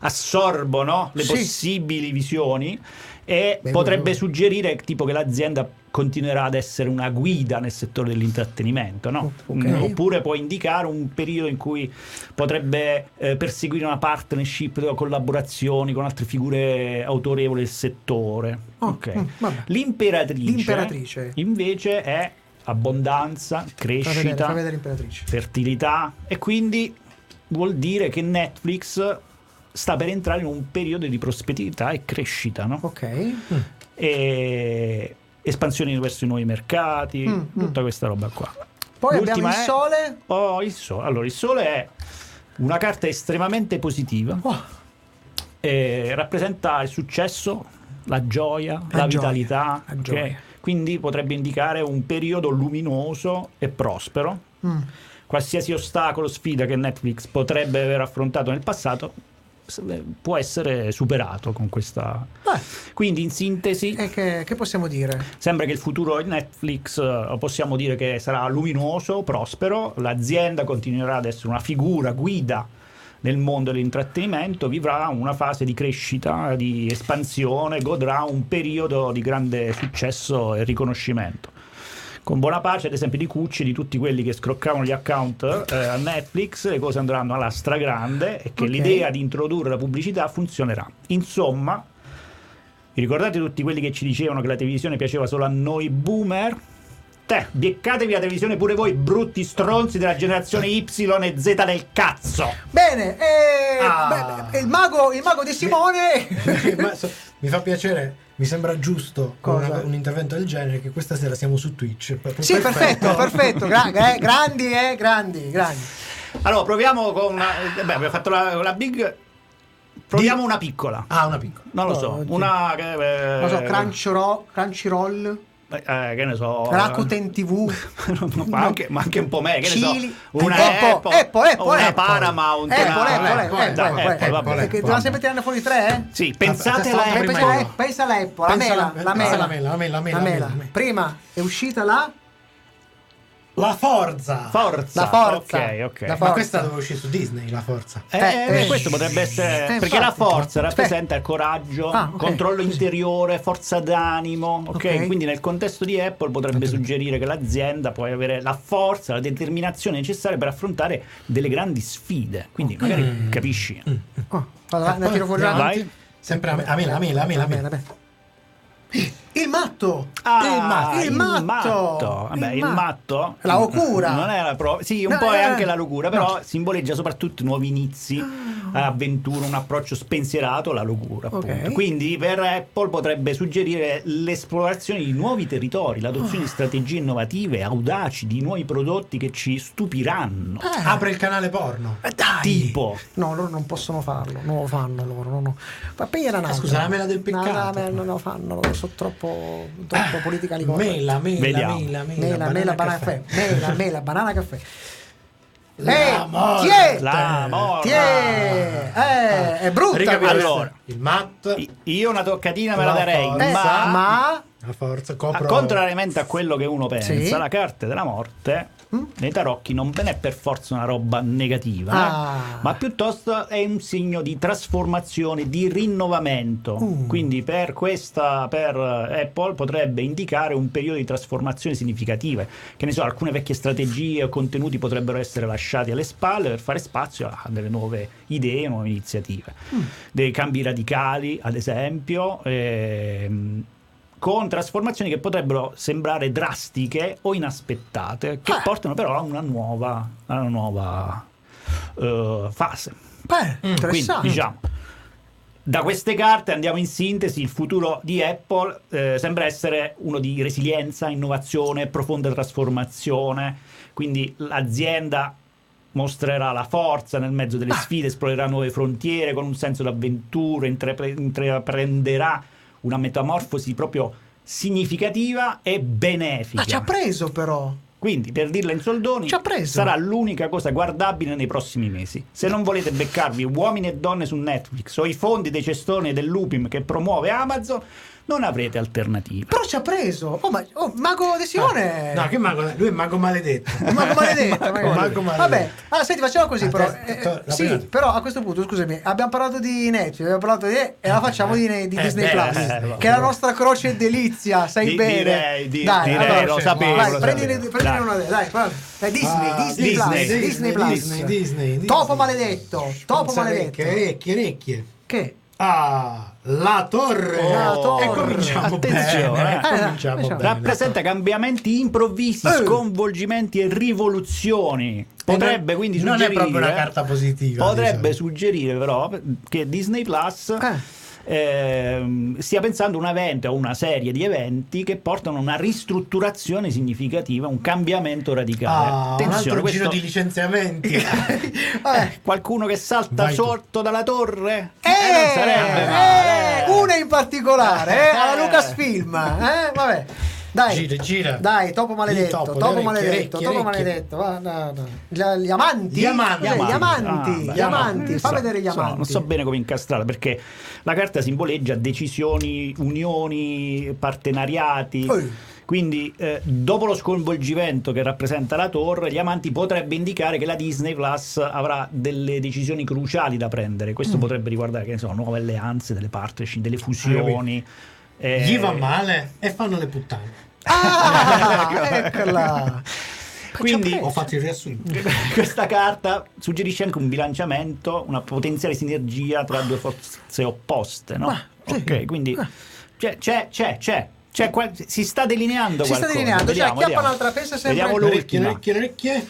assorbo no, le
Sì.
possibili visioni e
Beh,
potrebbe
buono.
suggerire tipo che l'azienda continuerà ad essere una guida nel settore dell'intrattenimento, no?
Ok.
Mm, oppure può indicare un periodo in cui potrebbe eh, perseguire una partnership o collaborazioni con altre figure autorevoli del settore.
Oh,
Ok.
mm, vabbè.
L'imperatrice,
L'imperatrice.
invece è abbondanza,
Fa vedere,
crescita,
fa vedere l'imperatrice.
fertilità e quindi vuol dire che Netflix sta per entrare in un periodo di prospettività e crescita, no?
Ok.
E espansioni verso i nuovi mercati,
Mm,
tutta questa roba qua.
Poi abbiamo
L'ultima
il
è-
sole.
Oh, il sole. Allora, il sole è una carta estremamente positiva.
Oh,
E rappresenta il successo, la gioia, la,
gioia,
vitalità.
la
ok?
gioia.
Quindi potrebbe indicare un periodo luminoso e prospero.
Mm.
Qualsiasi ostacolo, sfida che Netflix potrebbe aver affrontato nel passato può essere superato con questa... Quindi in sintesi...
eh, che, possiamo dire?
Sembra che il futuro di Netflix eh, possiamo dire che sarà luminoso, prospero, l'azienda continuerà ad essere una figura guida nel mondo dell'intrattenimento, vivrà una fase di crescita, di espansione, godrà un periodo di grande successo e riconoscimento. Con buona pace, ad esempio, di Cucci, di tutti quelli che scroccavano gli account eh, a Netflix, le cose andranno alla stragrande e che
Ok.
l'idea di introdurre la pubblicità funzionerà. Insomma, vi ricordate tutti quelli che ci dicevano che la televisione piaceva solo a noi boomer? Te, beccatevi la televisione pure voi, brutti stronzi della generazione Y e Z del cazzo!
Bene, eh,
Ah.
beh, il, mago, il mago di Simone.
Ma so- mi fa piacere, mi sembra giusto con una- un intervento del genere che questa sera siamo su Twitch. Proprio
sì, perfetto, perfetto. gra- eh, grandi, eh, grandi, grandi.
Allora, proviamo con una. eh, Beh, abbiamo fatto la, la big. Proviamo una piccola.
Ah, una piccola.
Non lo so.
oddio.
Una. che, eh,
Oh, Non so, Crunchyroll, Crunchyroll
eh, che ne so.
Rakuten TV,
Ma anche, ma anche un po' me. Che ne
Cili.
so. Una
Apple,
Apple.
Apple, Apple,
una
Apple.
Paramount.
Apple,
una-
Apple, Apple,
dai,
Apple, Apple,
vabbè.
perché doveva sempre tirarne fuori tre, eh?
Sì, pensate alla
Pe-
Apple.
pensa, alla- pensa alla Apple, la
Pensa alla-
mela, la
pensa
mela,
alla mela, la mela, la mela,
la
la
mela.
mela.
Prima è uscita la
La forza!
Forza.
La forza.
Ok, ok.
La
Ma
forza.
questa doveva uscire su Disney, la forza.
Eh, eh, questo potrebbe essere
Eh,
perché la
infatti.
forza rappresenta il coraggio,
Ah, ok.
controllo interiore, forza d'animo. ok?
Ok.
Quindi nel contesto di Apple potrebbe suggerire che l'azienda può avere la forza, la determinazione necessaria per affrontare delle grandi sfide. Quindi magari
Mm.
capisci.
oh,
Eh,
Vado, ne tiro fuori Eh,
Vai.
avanti.
Sempre a me, a me, a me, a me, a me.
Il matto!
Ah,
il matto!
Il matto. Vabbè, il
ma-
matto.
La locura.
Non è la pro- Sì, un
No,
po' è
eh,
anche la locura, però
no. Ah.
simboleggia soprattutto nuovi inizi, avventura, un approccio spensierato alla locura.
Ok.
appunto. Quindi per Apple potrebbe suggerire l'esplorazione di nuovi territori,
Ah.
l'adozione di strategie innovative, audaci, di nuovi prodotti che ci stupiranno.
Eh.
Eh.
Apre il canale porno.
Tipo.
No, loro non possono farlo, non lo fanno loro, no, no. Ma poi era un'altra.
Eh, scusa, la mela del peccato. Ah,
No, la mela non lo fanno, loro sono troppo, troppo politica di
Mela, mela,
Vediamo.
mela, mela,
Mela, mela, banana caffè. Mela, mela, banana caffè.
La
Eh,
morte.
tiè!
La morte.
Tiè! Eh, è brutta
Riga-
questa.
allora,
Il matto,
i- io una toccatina me la
La
darei,
forza.
Eh,
ma...
ma...
la forza,
A
copro...
contrariamente a quello che uno pensa,
Sì. Mm?
la carta della morte nei tarocchi non è per forza una roba negativa, eh,
Ah.
ma piuttosto è un segno di trasformazione, di rinnovamento.
Uh.
Quindi per questa, per eh, Apple potrebbe indicare un periodo di trasformazione significative. Che ne so, alcune vecchie strategie o contenuti potrebbero essere lasciati alle spalle per fare spazio a delle nuove idee, nuove iniziative. Dei cambi radicali, ad esempio. ehm, con trasformazioni che potrebbero sembrare drastiche o inaspettate, che portano però a una nuova, a una nuova eh, fase.
Mm,
Beh,
Quindi,
interessante. Ah,
diciamo, da queste carte andiamo in sintesi, il futuro di Apple eh, sembra essere uno di resilienza, innovazione, profonda trasformazione, quindi l'azienda mostrerà la forza nel mezzo
Ah.
delle sfide, esplorerà nuove frontiere con un senso d'avventura, intrapre- intraprenderà una metamorfosi proprio significativa e benefica.
Ah,
diciamo.
ci ha preso però.
Quindi, per dirla in soldoni,
Ci ha preso.
sarà l'unica cosa guardabile nei prossimi mesi. Se non volete beccarvi uomini e donne su Netflix o i fondi dei cestoni dell'Upim che promuove Amazon, non avrete alternative.
Però ci ha preso. Oh, ma oh, mago De Simone.
Ah. No, che mago, lui è mago maledetto.
Eh. Mago maledetto, mago maledetto.
maledetto.
Vabbè, allora senti, facciamo così
Ah,
però.
te- te-
Eh,
te- la
sì,
prima-
però a questo punto, scusami, abbiamo parlato di Netflix, abbiamo parlato di e la facciamo di, di
eh,
Disney
eh,
Plus,
eh,
che è la nostra croce e delizia, sai
Di-
bene.
direi, di-
dai,
direi,
allora,
lo sapevo,
Vai,
lo
prendine,
sapevo.
prendine
Dai.
una dai, guarda. Dai, Disney,
Ah,
Disney,
Disney,
Plus, Disney Plus.
Disney, Disney, Disney.
Topo maledetto, topo
Senza
maledetto.
Orecchie, orecchie, orecchie.
Che?
Ah, la torre.
La torre.
E cominciamo
Oh, Attenzione,
bene.
eh.
cominciamo
Eh,
bene. Eh.
Rappresenta cambiamenti improvvisi, sconvolgimenti e rivoluzioni. Potrebbe
Eh,
quindi
non
suggerire.
è proprio una carta positiva.
Potrebbe
diciamo.
suggerire però che Disney Plus
Eh.
ehm, stia pensando a un evento, a una serie di eventi che portano a una ristrutturazione significativa, un cambiamento radicale.
Ah, un altro giro di licenziamenti.
Eh,
Vabbè.
Qualcuno che salta
Vai tu.
sotto dalla torre?
Eh,
non sarebbe
eh,
male.
una in particolare, eh, alla
Eh.
Lucasfilm, eh, vabbè. Dai,
Gira, gira.
Dai, topo maledetto,
Il
topo,
topo, le orecchie,
maledetto,
orecchie,
topo
orecchie.
maledetto. va, no, no. Gli- Gli amanti?
Gli amanti.
Eh, Gli
Ah,
amanti,
beh,
gli amanti.
non
Fa
so,
vedere gli
so, non
amanti.
so bene come incastrarla perché la carta simboleggia decisioni, unioni, partenariati. Quindi, eh, dopo lo sconvolgimento che rappresenta la torre, gli amanti potrebbe indicare che la Disney Plus avrà delle decisioni cruciali da prendere. Questo
Mm.
potrebbe riguardare, che ne so, nuove alleanze, delle partnership, delle fusioni. eh,
Gli va male e fanno le puttane.
Ah, eccola.
Quindi
ho fatto il riassunto.
questa carta suggerisce anche un bilanciamento, una potenziale sinergia tra due forze opposte, no?
Ah,
ok, quindi c'è, c'è, c'è, c'è, c'è qual- si sta delineando
Si sta
qualcosa.
delineando, cioè,
Vediamo,
acchiappa
vediamo.
l'altra pezza sempre-
Vediamo
Orecchie,
l'ultima.
orecchie, orecchie.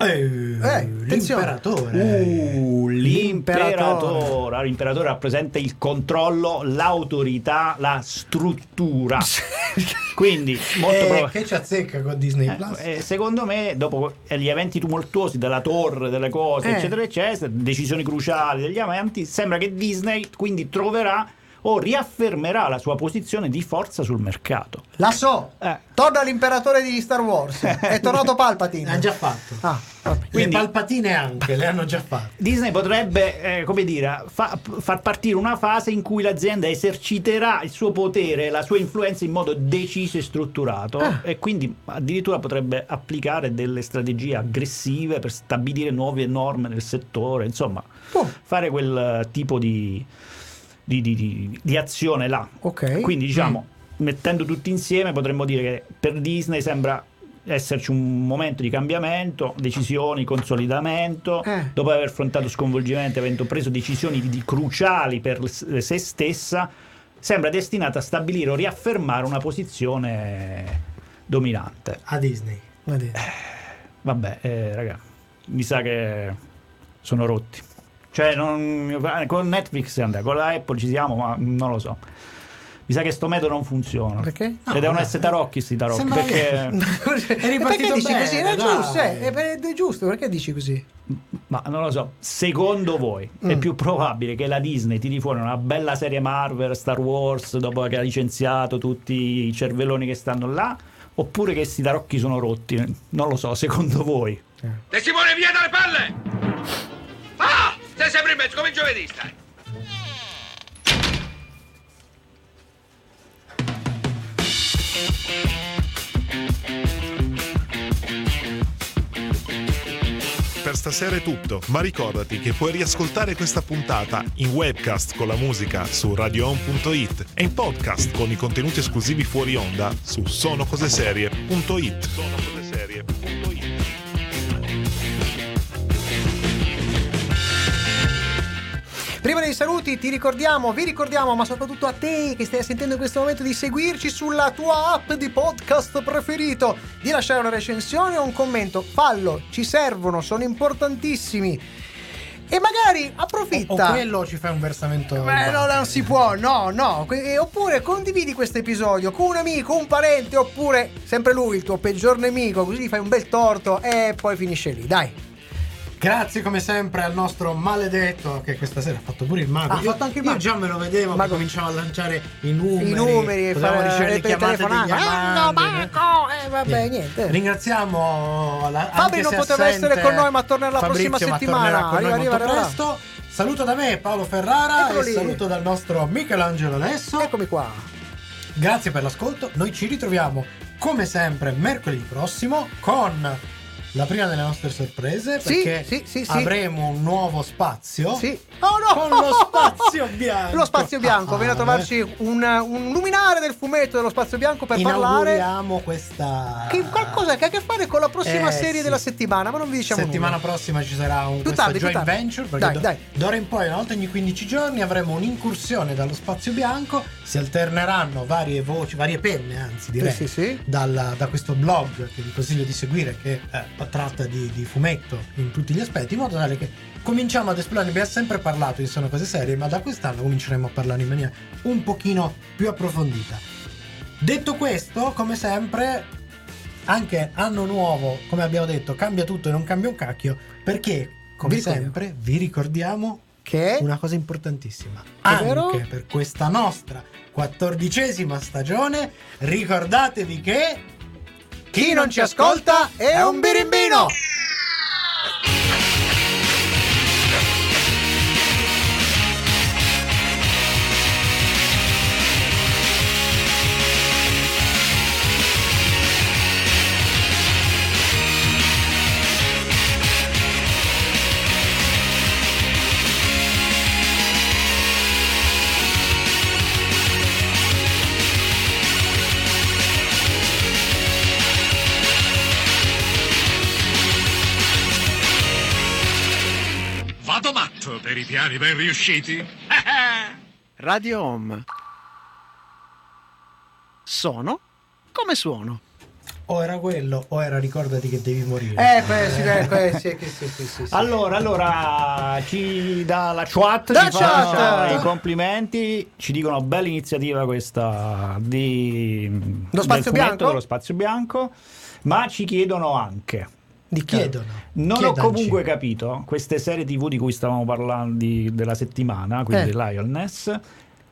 Eh, l'imperatore.
Uh,
L'imperatore.
l'imperatore. Allora, L'imperatore rappresenta il controllo, l'autorità, la struttura. Quindi, molto
Eh,
probab-
che ci azzecca con Disney Plus?
Eh, secondo me, dopo gli eventi tumultuosi della torre, delle cose,
Eh.
eccetera, eccetera, decisioni cruciali degli amanti, sembra che Disney quindi troverà o riaffermerà la sua posizione di forza sul mercato.
La so.
Eh.
Torna l'imperatore di Star Wars. È tornato Palpatine.
L'ha già fatto.
Ah,
Quindi-
le palpatine anche, le hanno già fatte.
Disney potrebbe, eh, come dire, fa- far partire una fase in cui l'azienda eserciterà il suo potere, la sua influenza in modo deciso e strutturato e quindi addirittura potrebbe applicare delle strategie aggressive per stabilire nuove norme nel settore, insomma, fare quel eh, tipo di, di- di- di- di azione là.
Ok.
Quindi diciamo, mettendo tutti insieme potremmo dire che per Disney sembra esserci un momento di cambiamento, decisioni, consolidamento,
Eh.
dopo aver affrontato sconvolgimenti, avendo preso decisioni di- cruciali per s- eh, se stessa, sembra destinata a stabilire o riaffermare una posizione dominante.
A Disney.
Vabbè, eh, raga, mi sa che sono rotti. Cioè, non- con Netflix si andrà, con la Apple ci siamo, ma non lo so. Mi sa che sto metodo non funziona.
Perché?
E devono essere tarocchi sti tarocchi.
Sembra
Perché...
È
E perché
ripartito
dici
bene,
così? È
dai.
giusto, eh, è, è giusto, perché dici così?
Ma non lo so, secondo voi è più probabile che la Disney tiri fuori una bella serie Marvel, Star Wars, dopo che ha licenziato tutti i cervelloni che stanno là? Oppure che sti tarocchi sono rotti? Non lo so, secondo voi.
Te Simone via dalle palle! Ah! Sei sempre in mezzo come il giovedì stai!
Per stasera è tutto, ma ricordati che puoi riascoltare questa puntata in webcast con la musica su radioon.it e in podcast con i contenuti esclusivi fuori onda su sonocoseserie.it.
Prima dei saluti ti ricordiamo, vi ricordiamo, ma soprattutto a te che stai sentendo in questo momento di seguirci sulla tua app di podcast preferito, di lasciare una recensione o un commento, fallo, ci servono, sono importantissimi. E magari
O
approfitta.
quello ci fai un versamento.
Beh, no, non si può, no, no. Que- eh, Oppure condividi questo episodio con un amico, un parente, oppure sempre lui, il tuo peggior nemico, così gli fai un bel torto e poi finisce lì, dai.
Grazie come sempre al nostro maledetto che questa sera ha fatto pure il mago.
Ah, ha
io,
fatto anche il
io
mago.
già me lo vedevo, ma cominciava a lanciare i numeri.
I numeri,
potevamo
fare
ricevere
le
le chiamate degli
telefonate. Eh, no,
amanti,
Marco! Eh, vabbè,
Niente.
niente.
Ringraziamo la,
Fabri
anche
non
se
poteva
assente,
essere con noi, ma tornerà la
Fabrizio,
prossima
ma
settimana.
tornerà con
Arriva,
noi
arriva,
molto
arriva.
presto. Saluto da me Paolo Ferrara
Eccolo
e
lì. Ecco.
saluto dal nostro Michelangelo Adesso.
Eccomi qua.
Grazie per l'ascolto. Noi ci ritroviamo come sempre mercoledì prossimo con la prima delle nostre sorprese
Sì,
perché
sì, sì, sì.
avremo un nuovo spazio.
Sì. Oh no!
Con lo spazio bianco.
Lo spazio bianco, eh. viene a
Ah,
trovarci un, un luminare del fumetto dello spazio bianco per parlare
Inauguriamo questa
che qualcosa che ha a che fare con la prossima
Eh,
serie
sì.
della settimana, ma non vi diciamo
settimana
nulla.
prossima ci sarà un
Più
questo
tardi, più
joint
tardi.
venture perché
Dai,
do-
dai.
d'ora in poi una volta ogni 15 giorni avremo un'incursione dallo spazio bianco si alterneranno varie voci varie penne anzi direi
Sì, sì, sì.
dalla- da questo blog che vi consiglio di seguire che eh, tratta di, di fumetto in tutti gli aspetti in modo tale che cominciamo ad esplorare abbiamo sempre parlato di sono cose serie ma da quest'anno cominceremo a parlare in maniera un pochino più approfondita detto questo come sempre anche anno nuovo come abbiamo detto cambia tutto e non cambia un cacchio perché come
Vi ricordiamo.
sempre vi ricordiamo
Che?
Una cosa importantissima.
Ovvero?
Anche per questa nostra quattordicesima stagione, ricordatevi che...
Chi non ci ascolta è un birimbino!
Vado matto per i piani ben riusciti.
Radio Home. Sono come suono.
O era quello, o era ricordati che devi morire.
Eh, questi, eh, questi, sì, sì, sì, sì,
Ah,
sì.
Allora, allora, ci dà la chat,
Da
ci fa
chat!
i complimenti, ci dicono bella iniziativa questa di,
Lo spazio
del fumetto,
bianco?
dello spazio bianco, ma ci chiedono anche.
Di chiedono.
Non
Chiedanci.
ho comunque capito queste serie TV di cui stavamo parlando di- della settimana, quindi
Eh.
Lioness,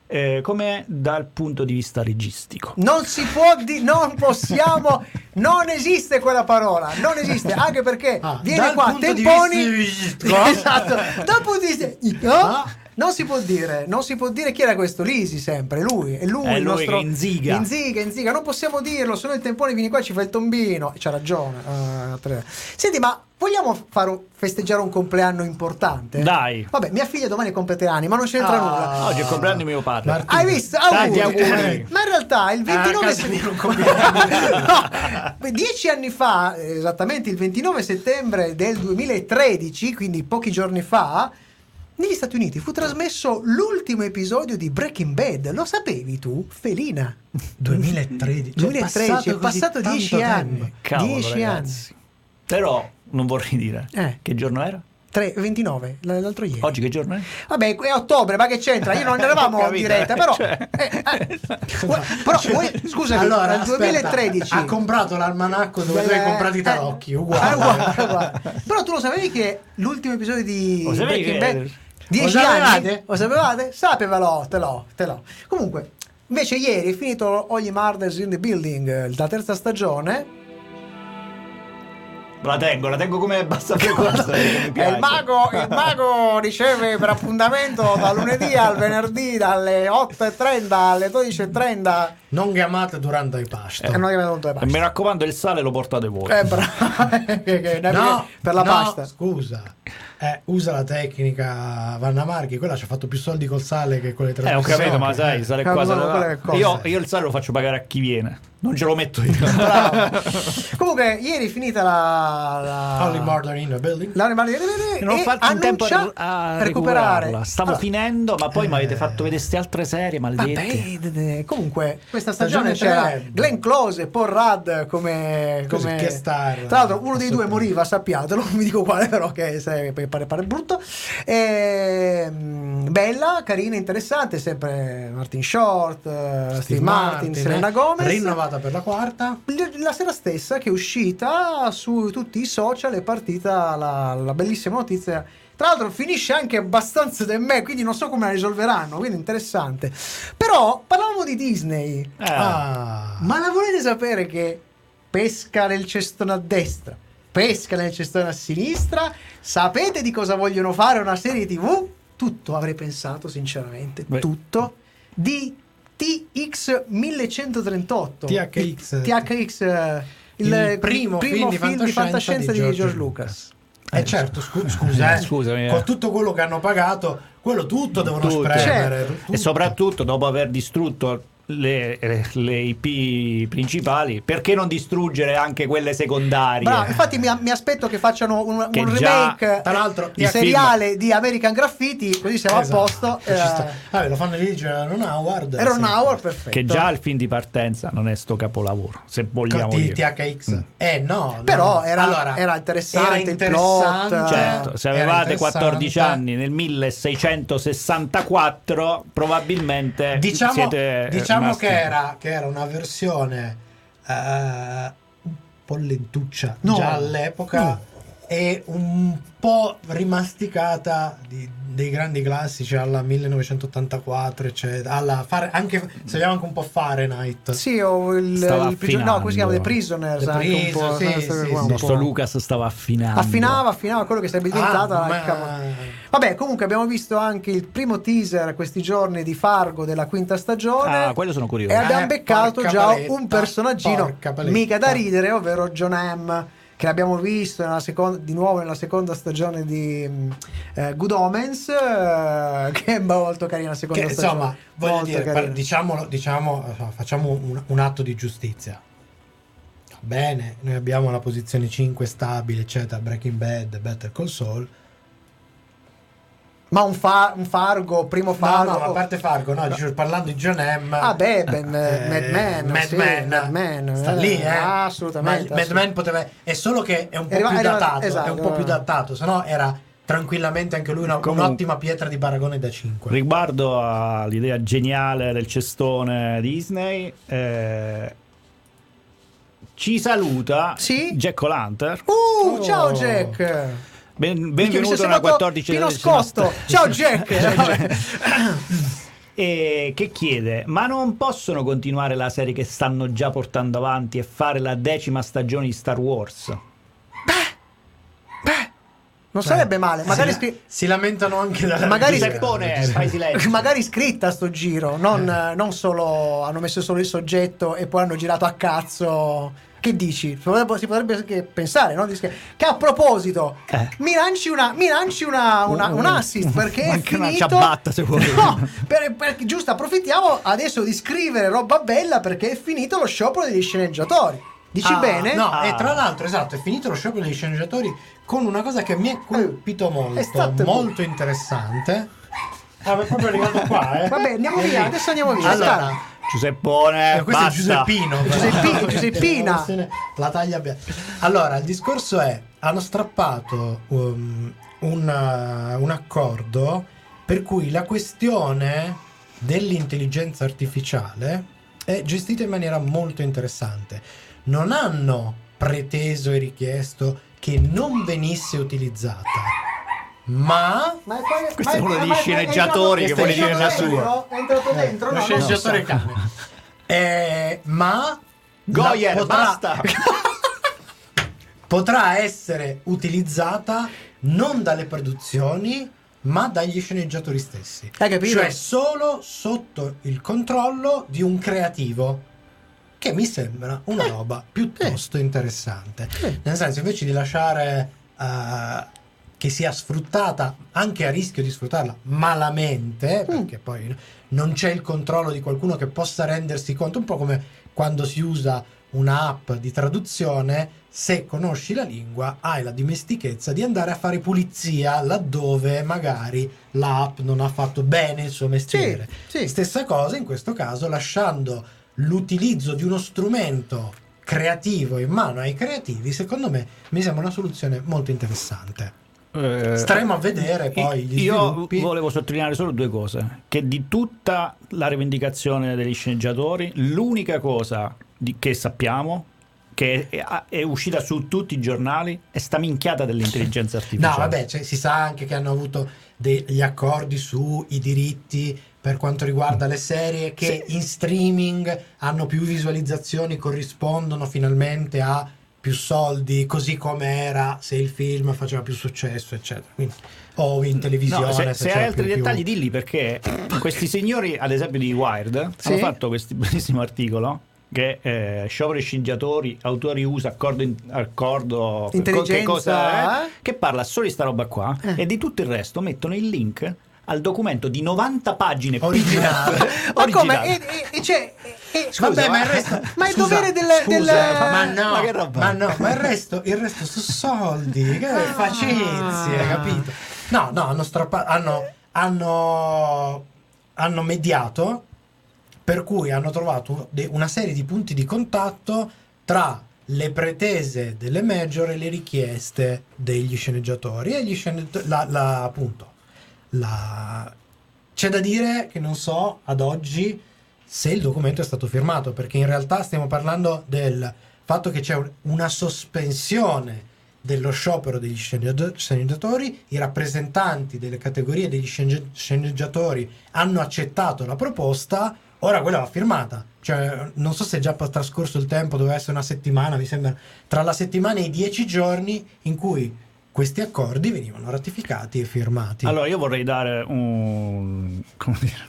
eh, com'è dal punto di vista registico.
Non si può di non possiamo non esiste quella parola, non esiste, anche perché viene
Ah, dal
qua
punto di
Temponi
vista logistico.
Esatto. Dal punto di vista no?
Ah.
Non si può dire, non si può dire chi era questo, Lisi sempre, lui, è lui
È
il
lui
nostro
che inziga.
inziga, inziga, non possiamo dirlo, se no il tempone viene qua e ci fa il tombino, E c'ha ragione. eh, tre. Senti, ma vogliamo fare un- festeggiare un compleanno importante?
Dai. Ah,
Vabbè, mia figlia domani compie tre anni, ma non c'entra nulla.
Oggi è il compleanno di mio padre.
Hai visto?
Tanti
Auguri.
auguri.
Ma in realtà il 29 settembre, dieci anni fa, eh, esattamente il 29 settembre del 2013, quindi pochi giorni fa, negli Stati Uniti fu trasmesso l'ultimo episodio di Breaking Bad. Lo sapevi tu, Felina?
2013. Cioè,
2013, è
così
passato
tanto
dieci anni.
tempo.
Cavolo,
Dieci
ragazzi. Però non vorrei dire
Eh.
che giorno era.
Tre- 29, l- l'altro ieri.
Oggi che giorno è?
Vabbè, è ottobre, ma che c'entra? Io non eravamo
Ho
in
capito,
diretta,
eh,
però...
cioè.
eh, eh, vuoi- però vuoi- scusami,
allora,
nel
aspetta,
2013...
ha comprato l'almanacco dove tu hai
Eh,
comprato i tarocchi, uguale.
Ah, guarda, guarda. Però tu lo sapevi che l'ultimo episodio di
Lo sapevi
Breaking
che-
Bad 10
Lo sapevate?
anni? Lo sapevate? Sapevalo, te l'ho, te l'ho. Comunque, invece ieri è finito Ogni Murders in the Building, eh, la terza stagione.
La tengo, la tengo come bassa frequenza. perché mi
E
piace.
il mago, il mago riceve per appuntamento da lunedì al venerdì dalle 8.30 alle 12.30
Non chiamate durante il
Eh.
pasto.
e non abbiamo tutto le
E mi raccomando, il sale lo portate voi.
Eh, bravo. Che- che-
No,
Eh, per la
no,
pasta.
Scusa, Eh, usa la tecnica Vanna Marchi. Quella ci ha fatto più soldi col sale che con le
Eh, ho
trasmissioni.
capito, ma sai, sale
Cavolo,
qua, sale
quella è
là.
cosa.
Io, io il sale lo faccio pagare a chi viene. Non ce lo metto io.
Comunque, ieri è finita la. la...
Only murder in a building.
La e
non ho fatto in tempo a,
annuncia
a
per recuperare. Ah.
recuperarla. Stavo
Allora,
finendo, ma poi mi avete fatto vedere queste altre serie maledetti.
vabbè, d- d- comunque, questa stagione,
Stagione
c'era
tre.
Glenn Close e Paul Rudd come,
Così,
come-
che star.
Tra l'altro, uno dei due
Assolutamente.
moriva, sappiatelo. Non vi dico quale, però, che se- che pare, pare brutto. Ehm, bella, carina, interessante. Sempre Martin Short, eh, Steve, Martin,
eh.
Selena Gomez.
Rinnovata per la quarta.
L- La sera stessa che è uscita su tutti i social è partita la, la bellissima notizia. Tra l'altro finisce anche abbastanza da me, quindi non so come la risolveranno, quindi interessante. Però parlavamo di Disney.
Eh.
Ah.
Ma la volete sapere che pesca nel cestone a destra, pesca nel cestone a sinistra? Sapete di cosa vogliono fare una serie TV? Tutto avrei pensato, sinceramente,
Beh.
tutto di TX 1138.
THX.
THX eh, il,
il primo, film,
di fantascienza di George, Lucas.
E certo, scu- scusa, eh.
Scusami, eh.
con tutto quello che hanno pagato, quello tutto devono
Tutto.
spremere.
Certo.
tutto.
E soprattutto dopo aver distrutto le, le IP principali, perché non distruggere anche quelle secondarie?
Bravo, infatti mi, mi aspetto che facciano un,
Che
un
già,
remake eh,
tra l'altro,
di
il film-
seriale di American Graffiti, così siamo a
Esatto.
posto.
Ci sta.
Eh,
Vabbè, lo fanno dirigere a Ron Howard.
era un
sì.
hour perfetto.
che già il film di partenza non è sto capolavoro, se vogliamo
Con T-
dire.
THX. Eh no, no.
Mm. Però era- era interessante
era
il
interessante,
plot.
Certo, se
Eh, era
avevate
interessante.
14 anni nel 1664, probabilmente
diciamo,
eh, siete
diciamo
rimasti-
che, era, che era una versione eh, un po' lentuccia
No.
già all'epoca
No.
è un po' rimasticata di- dei grandi classici alla 1984, eccetera, alla fare, anche, se vogliamo anche un po' Fahrenheit.
Sì, o il,
Stava
il prigio- no, come si chiama? The Prisoners.
The
anche un po',
Prisoners, sì,
eh,
sì,
qua, un
sì,
Il nostro
po'.
Lucas stava affinando.
Affinava, affinava quello che sarebbe diventata
Ah,
la
ma-
cavolo. Vabbè, comunque abbiamo visto anche il primo teaser questi giorni di Fargo della quinta stagione.
Ah, quello sono
e
curioso.
abbiamo
Eh,
beccato
porca
già
paletta,
un personaggino
porca paletta.
mica da ridere, ovvero John Hamm, che l'abbiamo visto nella seconda- di nuovo nella seconda stagione di mh, eh, Good Omens, eh, che è molto carina la
Che,
seconda stagione.
insomma, voglio
molto
dire,
carina.
par- diciamolo, diciamo, insomma, facciamo un, un atto di giustizia. Va Bene, noi abbiamo la posizione 5 stabile, eccetera, Breaking Bad, Better Call Saul.
Ma un, fa- un Fargo, primo
No,
Fargo.
no, a parte Fargo, no, dicevo, parlando di John M.
Ah beh, ben, eh, Mad Men,
Mad
sì,
Men.
Mad Men,
Sta
eh,
lì, eh.
Assolutamente.
Ma Mad Men poteva... È solo che è un po'
È arriva-
più
è arriva-
datato, è un
esatto.
po' più datato, sennò era tranquillamente anche lui una-
Comunque.
un'ottima pietra di paragone da 5.
Riguardo all'idea geniale del cestone Disney, eh, ci saluta Jack O'Lantern.
Oh.
Uh, ciao Jack!
Ben-
Minchia, mi sei
benvenuto alla
sembrato
14
Pino Scosto. Ciao Jack!
E che chiede, ma non possono continuare la serie che stanno già portando avanti e fare la decima stagione di Star Wars?
non sarebbe male, magari,
si,
scri-
si lamentano anche dalla
magari,
regia.
eh,
magari scritta a sto giro, non,
Eh.
non solo hanno messo solo il soggetto e poi hanno girato a cazzo. Che dici? Si potrebbe, si potrebbe anche pensare, no? Di scri- Che a proposito,
Eh.
mi lanci una, mi lanci una, una- un assist perché è
Anche una
finito-
ciabatta se vuoi.
No, per- per- giusto, approfittiamo adesso di scrivere roba bella perché è finito lo sciopero degli sceneggiatori. Dici
Ah,
bene?
No, e tra l'altro, esatto, è finito lo sciopero degli sceneggiatori con una cosa che mi ha colpito molto,
Eh, stato-
molto interessante. Ah, ma è proprio arrivato qua, eh.
Vabbè, andiamo
È
via,
lì.
adesso andiamo via,
Allora,
dai.
Giuseppone,
Eh, questo
basta.
è Giuseppino. però.
Giuseppi- Giuseppina.
La versione- La taglia bia- Allora, il discorso è, hanno strappato um, un, uh, un accordo per cui la questione dell'intelligenza artificiale è gestita in maniera molto interessante. Non hanno preteso e richiesto che non venisse utilizzata, ma...
Ma è poi-
Questo
ma
è uno degli
ma ma
sceneggiatori
è
che vuole
entrato
dire la
dentro?
sua. Eh,
È entrato dentro,
lo
no, non so.
sceneggiatore cane. Eh, ma
Goyer,
la-
basta.
potrà essere utilizzata non dalle produzioni, ma dagli sceneggiatori stessi.
Hai capito?
Cioè solo sotto il controllo di un creativo. Che mi sembra una
Eh.
roba piuttosto interessante. Nel senso, invece di lasciare eh, che sia sfruttata, anche a rischio di sfruttarla
Mm.
malamente, perché poi non c'è il controllo di qualcuno che possa rendersi conto, un po' come quando si usa un'app di traduzione, se conosci la lingua hai la dimestichezza di andare a fare pulizia laddove magari l'app non ha fatto bene il suo mestiere. Stessa cosa in questo caso lasciando l'utilizzo di uno strumento creativo in mano ai creativi, secondo me mi sembra una soluzione molto interessante. Staremo a vedere poi gli
Eh, Io
sviluppi.
volevo sottolineare solo due cose: che di tutta la rivendicazione degli sceneggiatori, l'unica cosa di- che sappiamo che è, è uscita su tutti i giornali è sta minchiata dell'intelligenza artificiale.
No, vabbè, cioè, si sa anche che hanno avuto degli accordi sui diritti per quanto riguarda le serie che in streaming hanno più visualizzazioni, corrispondono finalmente a più soldi, così come era se il film faceva più successo, eccetera. Quindi, o in televisione.
No, se, se hai
c'era
altri
più- più-
dettagli, dilli perché questi signori, ad esempio di Wired,
Sì.
hanno fatto questo bellissimo articolo che eh, sciopero e sceneggiatori, autori USA, accordo, in- accordo
Intelligenza,
che, cosa è,
eh?
che parla solo di sta roba qua e di tutto il resto mettono il link al documento di 90 pagine
Originale.
PDF,
Ma come?
originale.
E, e- e c'è- e- e-
Scusa,
vabbè, ma il resto- ma è dovere del, del-
ma no,
Ma
ma,
che roba? Ah.
no, ma il resto, il resto sono soldi, che facezie, capito? No, no, hanno strappato, hanno, hanno, hanno mediato, per cui hanno trovato de- una serie di punti di contatto tra le pretese delle major e le richieste degli sceneggiatori e gli sceneggiatori, la, la- appunto, la... c'è da dire che non so ad oggi se il documento è stato firmato, perché in realtà stiamo parlando del fatto che c'è un- una sospensione dello sciopero degli sceneggia- sceneggiatori, i rappresentanti delle categorie degli sceneggi- sceneggiatori hanno accettato la proposta, ora quella va firmata. Cioè, non so se è già pa- trascorso il tempo, doveva essere una settimana, mi sembra, tra la settimana e i dieci giorni in cui questi accordi venivano ratificati e firmati.
Allora, io vorrei dare un, come dire,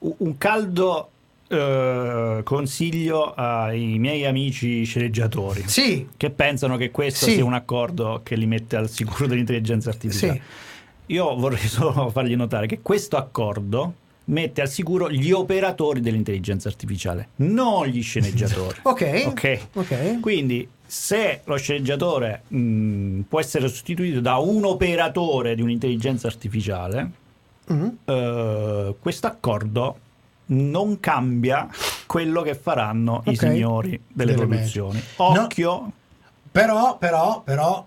un- un caldo eh, consiglio ai miei amici sceneggiatori che pensano che questo
Sì.
sia un accordo che li mette al sicuro dell'intelligenza artificiale.
Sì.
Io vorrei solo fargli notare che questo accordo mette al sicuro gli operatori dell'intelligenza artificiale, non gli sceneggiatori.
Ok.
Ok. Quindi se lo sceneggiatore mh, può essere sostituito da un operatore di un'intelligenza artificiale,
Mm-hmm.
eh, questo accordo non cambia quello che faranno i
Ok.
signori delle
Delle
produzioni.
No.
Occhio,
Però, però, però,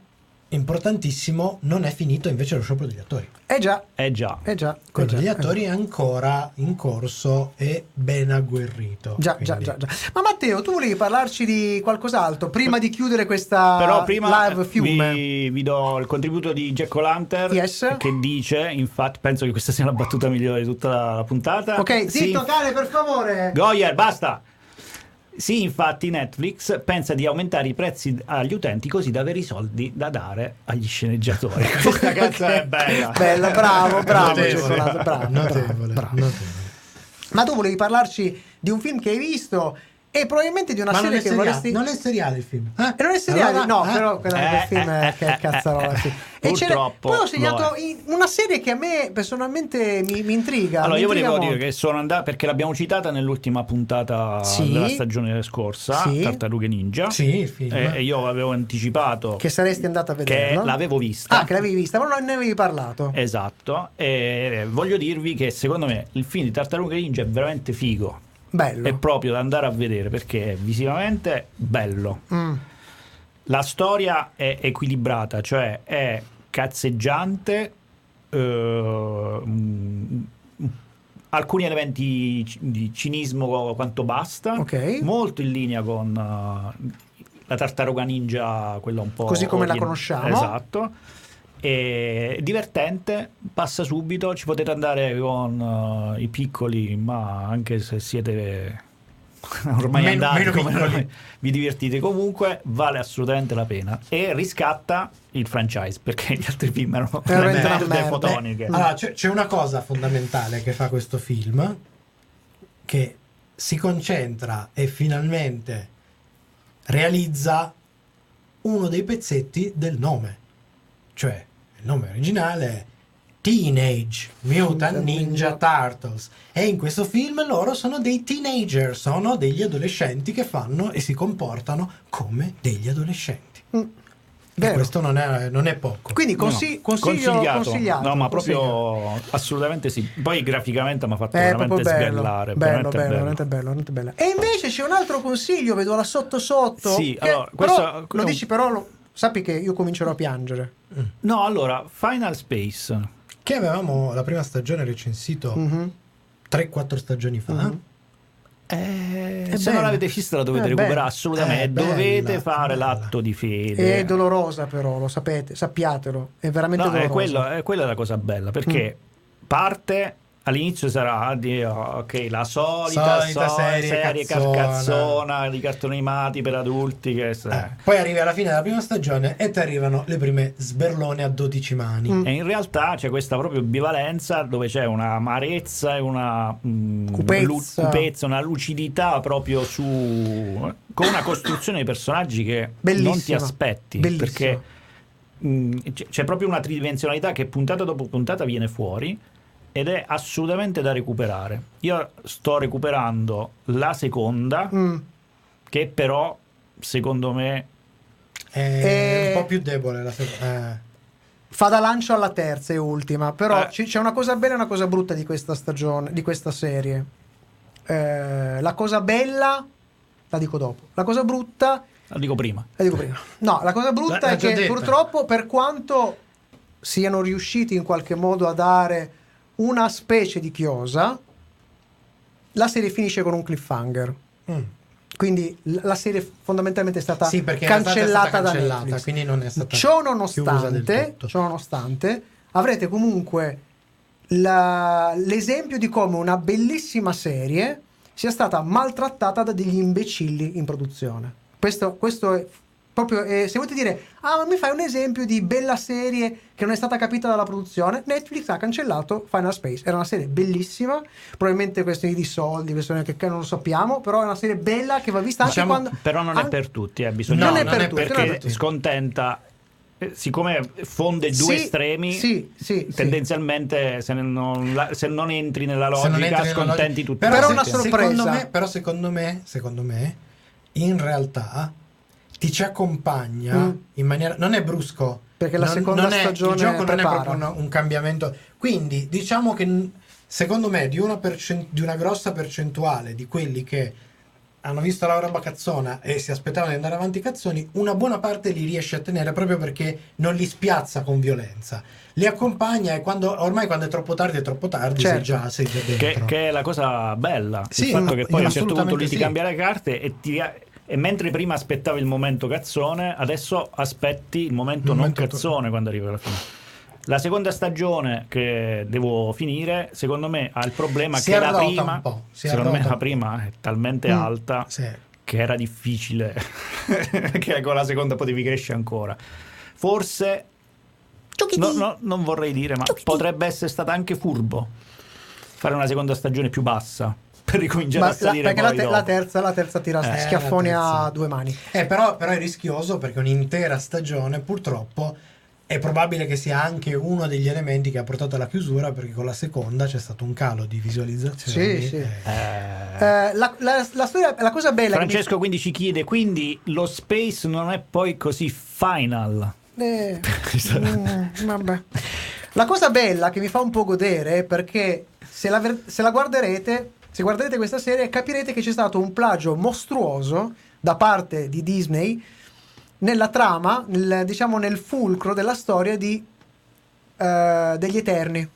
importantissimo, non è finito invece lo sciopero degli attori.
Eh già,
eh già.
eh già.
Quello
eh già,
degli
eh
attori è ancora in corso e ben agguerrito.
Già, già, già, già. Ma Matteo, tu volevi parlarci di qualcos'altro prima di chiudere questa
Però prima
live
eh,
fiume?
Vi, vi do il contributo di Jack O'Lantern che dice, infatti penso che questa sia la battuta migliore di tutta la, la puntata.
Ok,
Si
zitto cane, per favore.
Goyer, basta! Sì, infatti Netflix pensa di aumentare i prezzi agli utenti così da avere i soldi da dare agli sceneggiatori. Questa cazzo è bella!
Bella, bravo, bravo,
Notevole.
Cioccolato, bravo,
Notevole,
bravo, bravo. Ma tu volevi parlarci di un film che hai visto e probabilmente di una
Ma non
serie
è,
che
seriale,
vorresti
non è seriale il film.
E non è seriale,
Eh? Allora,
no,
eh?
però quella- quel
Eh,
film
eh,
eh, che è
eh,
cazzarola,
eh,
sì.
eh,
E c'era-
purtroppo
poi ho
lo
segnato in- una serie che a me personalmente mi, mi intriga.
Allora,
mi
io
intriga
volevo dire
molto.
che sono andato perché l'abbiamo citata nell'ultima puntata
Sì.
della stagione scorsa,
Sì.
Tartarughe Ninja.
Sì, il film.
E, e Eh, io avevo anticipato
Che saresti andata a
che
vederlo.
l'avevo vista.
Ah, che l'avevi vista, ma non ne avevi parlato.
Esatto, e voglio dirvi che secondo me il film di Tartaruga Ninja è veramente figo.
Bello.
È proprio da andare a vedere perché è visivamente bello.
Mm.
La storia è equilibrata, cioè è cazzeggiante, eh, mm, alcuni elementi ci- di cinismo quanto basta,
Ok.
molto in linea con eh, la tartaruga ninja, quella un po'
Così come la
orient-
conosciamo.
Esatto. E divertente, passa subito, ci potete andare con eh, i piccoli, ma anche se siete ormai
Meno-
andati,
meno
come
piccoli.
noi, vi divertite comunque, vale assolutamente la pena e riscatta il franchise perché gli altri film erano
Veramente una
veramente
merda.
fotoniche.
Allora, c'è, c'è una cosa fondamentale che fa questo film che si concentra e finalmente realizza uno dei pezzetti del nome. Cioè, il nome originale è Teenage Mutant Ninja Turtles e in questo film loro sono dei teenager, sono degli adolescenti che fanno e si comportano come degli adolescenti. E
Vero.
questo non è, non è poco.
Quindi consi- consiglio-
consigliato.
consigliato,
no, ma
consigliato.
proprio assolutamente sì. Poi graficamente mi ha fatto
È Eh, proprio
veramente
bello,
sbellare.
bello, bello,
veramente bello.
veramente bello, veramente bello. E invece c'è un altro consiglio, vedo là sotto sotto.
Sì,
che-
allora,
però-
questo-
lo dici però, lo- sappi che io comincerò a piangere.
No, allora, Final Space.
Che avevamo la prima stagione recensito
Mhm.
3-4 stagioni fa.
Ah.
Eh, se non l'avete vista la dovete
Eh,
recuperare
bella.
assolutamente.
Eh, bella,
dovete fare l'atto di fede.
È dolorosa però, lo sapete, sappiatelo, è veramente
No, è
dolorosa.
quello- è quella è la cosa bella perché parte all'inizio sarà di- ok, la solita,
Solita
so-
serie
serie,
cazzona.
carcazzona di cartoni animati per adulti. Che, eh,
Eh, Poi arrivi alla fine della prima stagione e ti arrivano le prime sberlone a 12 mani.
Mm.
E in realtà c'è questa proprio bivalenza dove c'è una amarezza e una mm,
Cupezza.
cupezza, una lucidità proprio su con una costruzione dei personaggi che non ti
Bellissima.
aspetti
Bellissima.
perché mm, c'è, c'è proprio una tridimensionalità che puntata dopo puntata viene fuori ed è assolutamente da recuperare. Io sto recuperando la seconda
Mm.
che però secondo me
È
Eh.
un po' più debole la seconda.
Fa da lancio alla terza e ultima, però
Eh.
ci- c'è una cosa bella e una cosa brutta di questa stagione, di questa serie. Eh, la cosa bella la dico dopo. La cosa brutta
la dico prima.
La dico prima. No, la cosa brutta
L'ha- l'ha
è
già
che
detta.
purtroppo per quanto siano riusciti in qualche modo a dare una specie di chiosa, la serie finisce con un cliffhanger. Quindi l- la serie fondamentalmente è stata
Mm. Sì, perché in realtà è
cancellata,
stata
da
cancellata,
Netflix.
quindi non è stata
Ciò
chiusa del
nonostante, ciò nonostante, avrete comunque la- l'esempio di come una bellissima serie sia stata maltrattata da degli imbecilli in produzione. Questo, questo è proprio. eh, se volete dire, ah, ma mi fai un esempio di bella serie che non è stata capita dalla produzione, Netflix ha cancellato Final Space. Era una serie bellissima, probabilmente questioni di soldi, questioni che, che non lo sappiamo, però è una serie bella che va vista anche
Diciamo,
quando.
però non è
an-
per tutti, eh, bisogna
Non è per tutti,
perché
non è per tutti.
scontenta eh, siccome fonde due
Sì,
estremi
sì, sì, sì.
tendenzialmente se, non, la- se non entri nella
Se non
logica
entri nella
scontenti
logica-
tutti
Però,
quanti.
se- Secondo me, però secondo me, secondo me, in realtà ti ci accompagna
Mm.
in maniera non è brusco
Perché la
non-
seconda
non è-
stagione
il gioco non è
prepara.
proprio un, un cambiamento. Quindi, diciamo che n- secondo me di una, percen- di una grossa percentuale di quelli che hanno visto la roba cazzona e si aspettavano di andare avanti cazzoni, una buona parte li riesce a tenere proprio perché non li spiazza con violenza. Li accompagna e quando ormai quando è troppo tardi è troppo tardi,
Certo.
sei già, sei già
che,
dentro.
che è la cosa bella
Sì,
il fatto
ma-
che poi a un certo punto
assolutamente
lui ti
sì.
cambia le carte e ti e mentre prima aspettavi il momento cazzone, adesso aspetti il momento non
Il momento-
cazzone quando arriva alla fine. La seconda stagione che devo finire, secondo me, ha il problema
Si
che la
arrota
prima,
un po', si
secondo me
arrota
la
un po'.
prima è talmente
Mm,
alta che era difficile che con la seconda potevi crescere ancora. Forse no, no, non vorrei dire, ma potrebbe essere stata anche furbo fare una seconda stagione più bassa per ricominciare
Ma
a
la-
salire
perché
poi
la, te-
dopo.
la terza, la terza tira
Eh,
schiaffoni
la terza.
a due mani.
Eh, però, però è rischioso perché un'intera stagione purtroppo è probabile che sia anche uno degli elementi che ha portato alla chiusura perché con la seconda c'è stato un calo di visualizzazioni.
Sì, sì.
Eh,
Eh, la, la- la storia, la cosa bella che mi-
Francesco quindi ci chiede, quindi lo space non è poi così final.
Eh, mm, vabbè. La cosa bella che mi fa un po' godere è perché se la, ver- se la guarderete, se guarderete questa serie, capirete che c'è stato un plagio mostruoso da parte di Disney nella trama, nel- diciamo nel fulcro della storia di, eh, degli Eterni.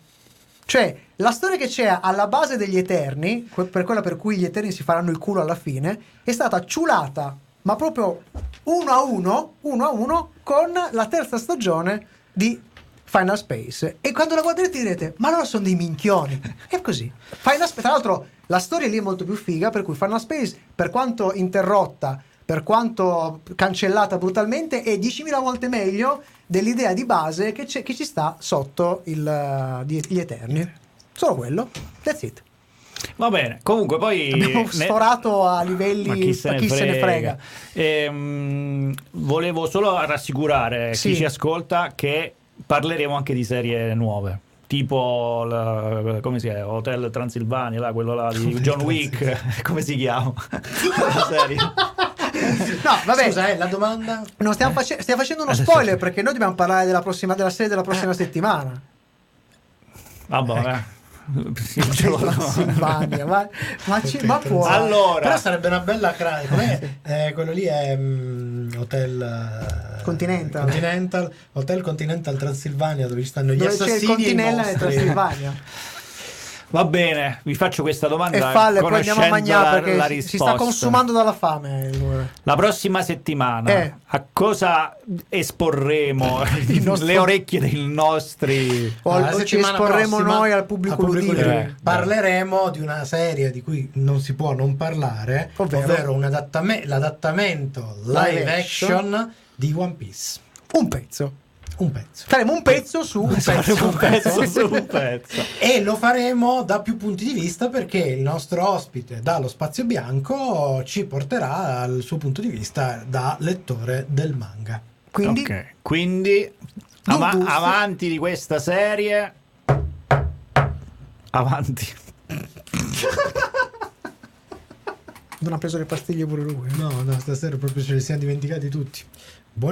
Cioè, la storia che c'è alla base degli Eterni, que- per quella per cui gli Eterni si faranno il culo alla fine, è stata ciulata, ma proprio uno a uno, uno a uno, con la terza stagione di Final Space. E quando la guarderete direte, ma loro sono dei minchioni. È così. Final Space, tra l'altro, la storia lì è molto più figa, per cui Final Space, per quanto interrotta, per quanto cancellata brutalmente, è 10.000 volte meglio dell'idea di base che, c'è- che ci sta sotto il, eh, di- gli Eterni. Solo quello. That's it.
Va bene, comunque poi...
Abbiamo
ne-
sforato a livelli...
Ma chi se ne frega? Ehm, volevo solo rassicurare
Sì.
chi ci ascolta che parleremo anche di serie nuove. Tipo, la- come si chiama? Hotel Transilvania, là, quello là di John Wick, come si chiama? La serie.
No, vabbè.
Scusa, eh, la domanda?
Non stiamo, face- stiamo facendo uno spoiler perché noi dobbiamo parlare della, prossima, della serie della prossima
Eh.
settimana.
Vabbè,
Transilvania, ma, ma, ci- ma può.
Oh, Allora.
Però sarebbe una bella crasi. Com'è? Eh, quello lì è mm, Hotel eh,
Continental.
Continental, Hotel Continental Transilvania dove ci stanno gli
Dove c'è il
assassini. e i
Continella nel
mostri.
Transilvania.
Va bene, vi faccio questa domanda.
e falle, poi
conoscendo
andiamo a
la-
mangiare
la
perché si- si sta
risposta.
consumando dalla fame. il-
La prossima settimana
Eh.
a cosa esporremo
nostro-
le orecchie dei nostri
O,
Allora,
o
la
ci
settimana
esporremo
prossima
noi al pubblico,
al pubblico
ludibrio.
ludibrio. Parleremo di una serie di cui non si può non parlare, ovvero, un adattame- l'adattamento live,
Live action.
action, di One Piece.
Un pezzo.
Un pezzo.
Faremo un pezzo su un pezzo.
un pezzo su un pezzo.
E lo faremo da più punti di vista perché il nostro ospite dallo Spazio Bianco ci porterà al suo punto di vista da lettore del manga.
Quindi,
Ok, quindi ama-
Dudus.
avanti di questa serie avanti.
non ha preso le pastiglie pure lui. eh?
No, no, stasera proprio ce li siamo dimenticati tutti. Buon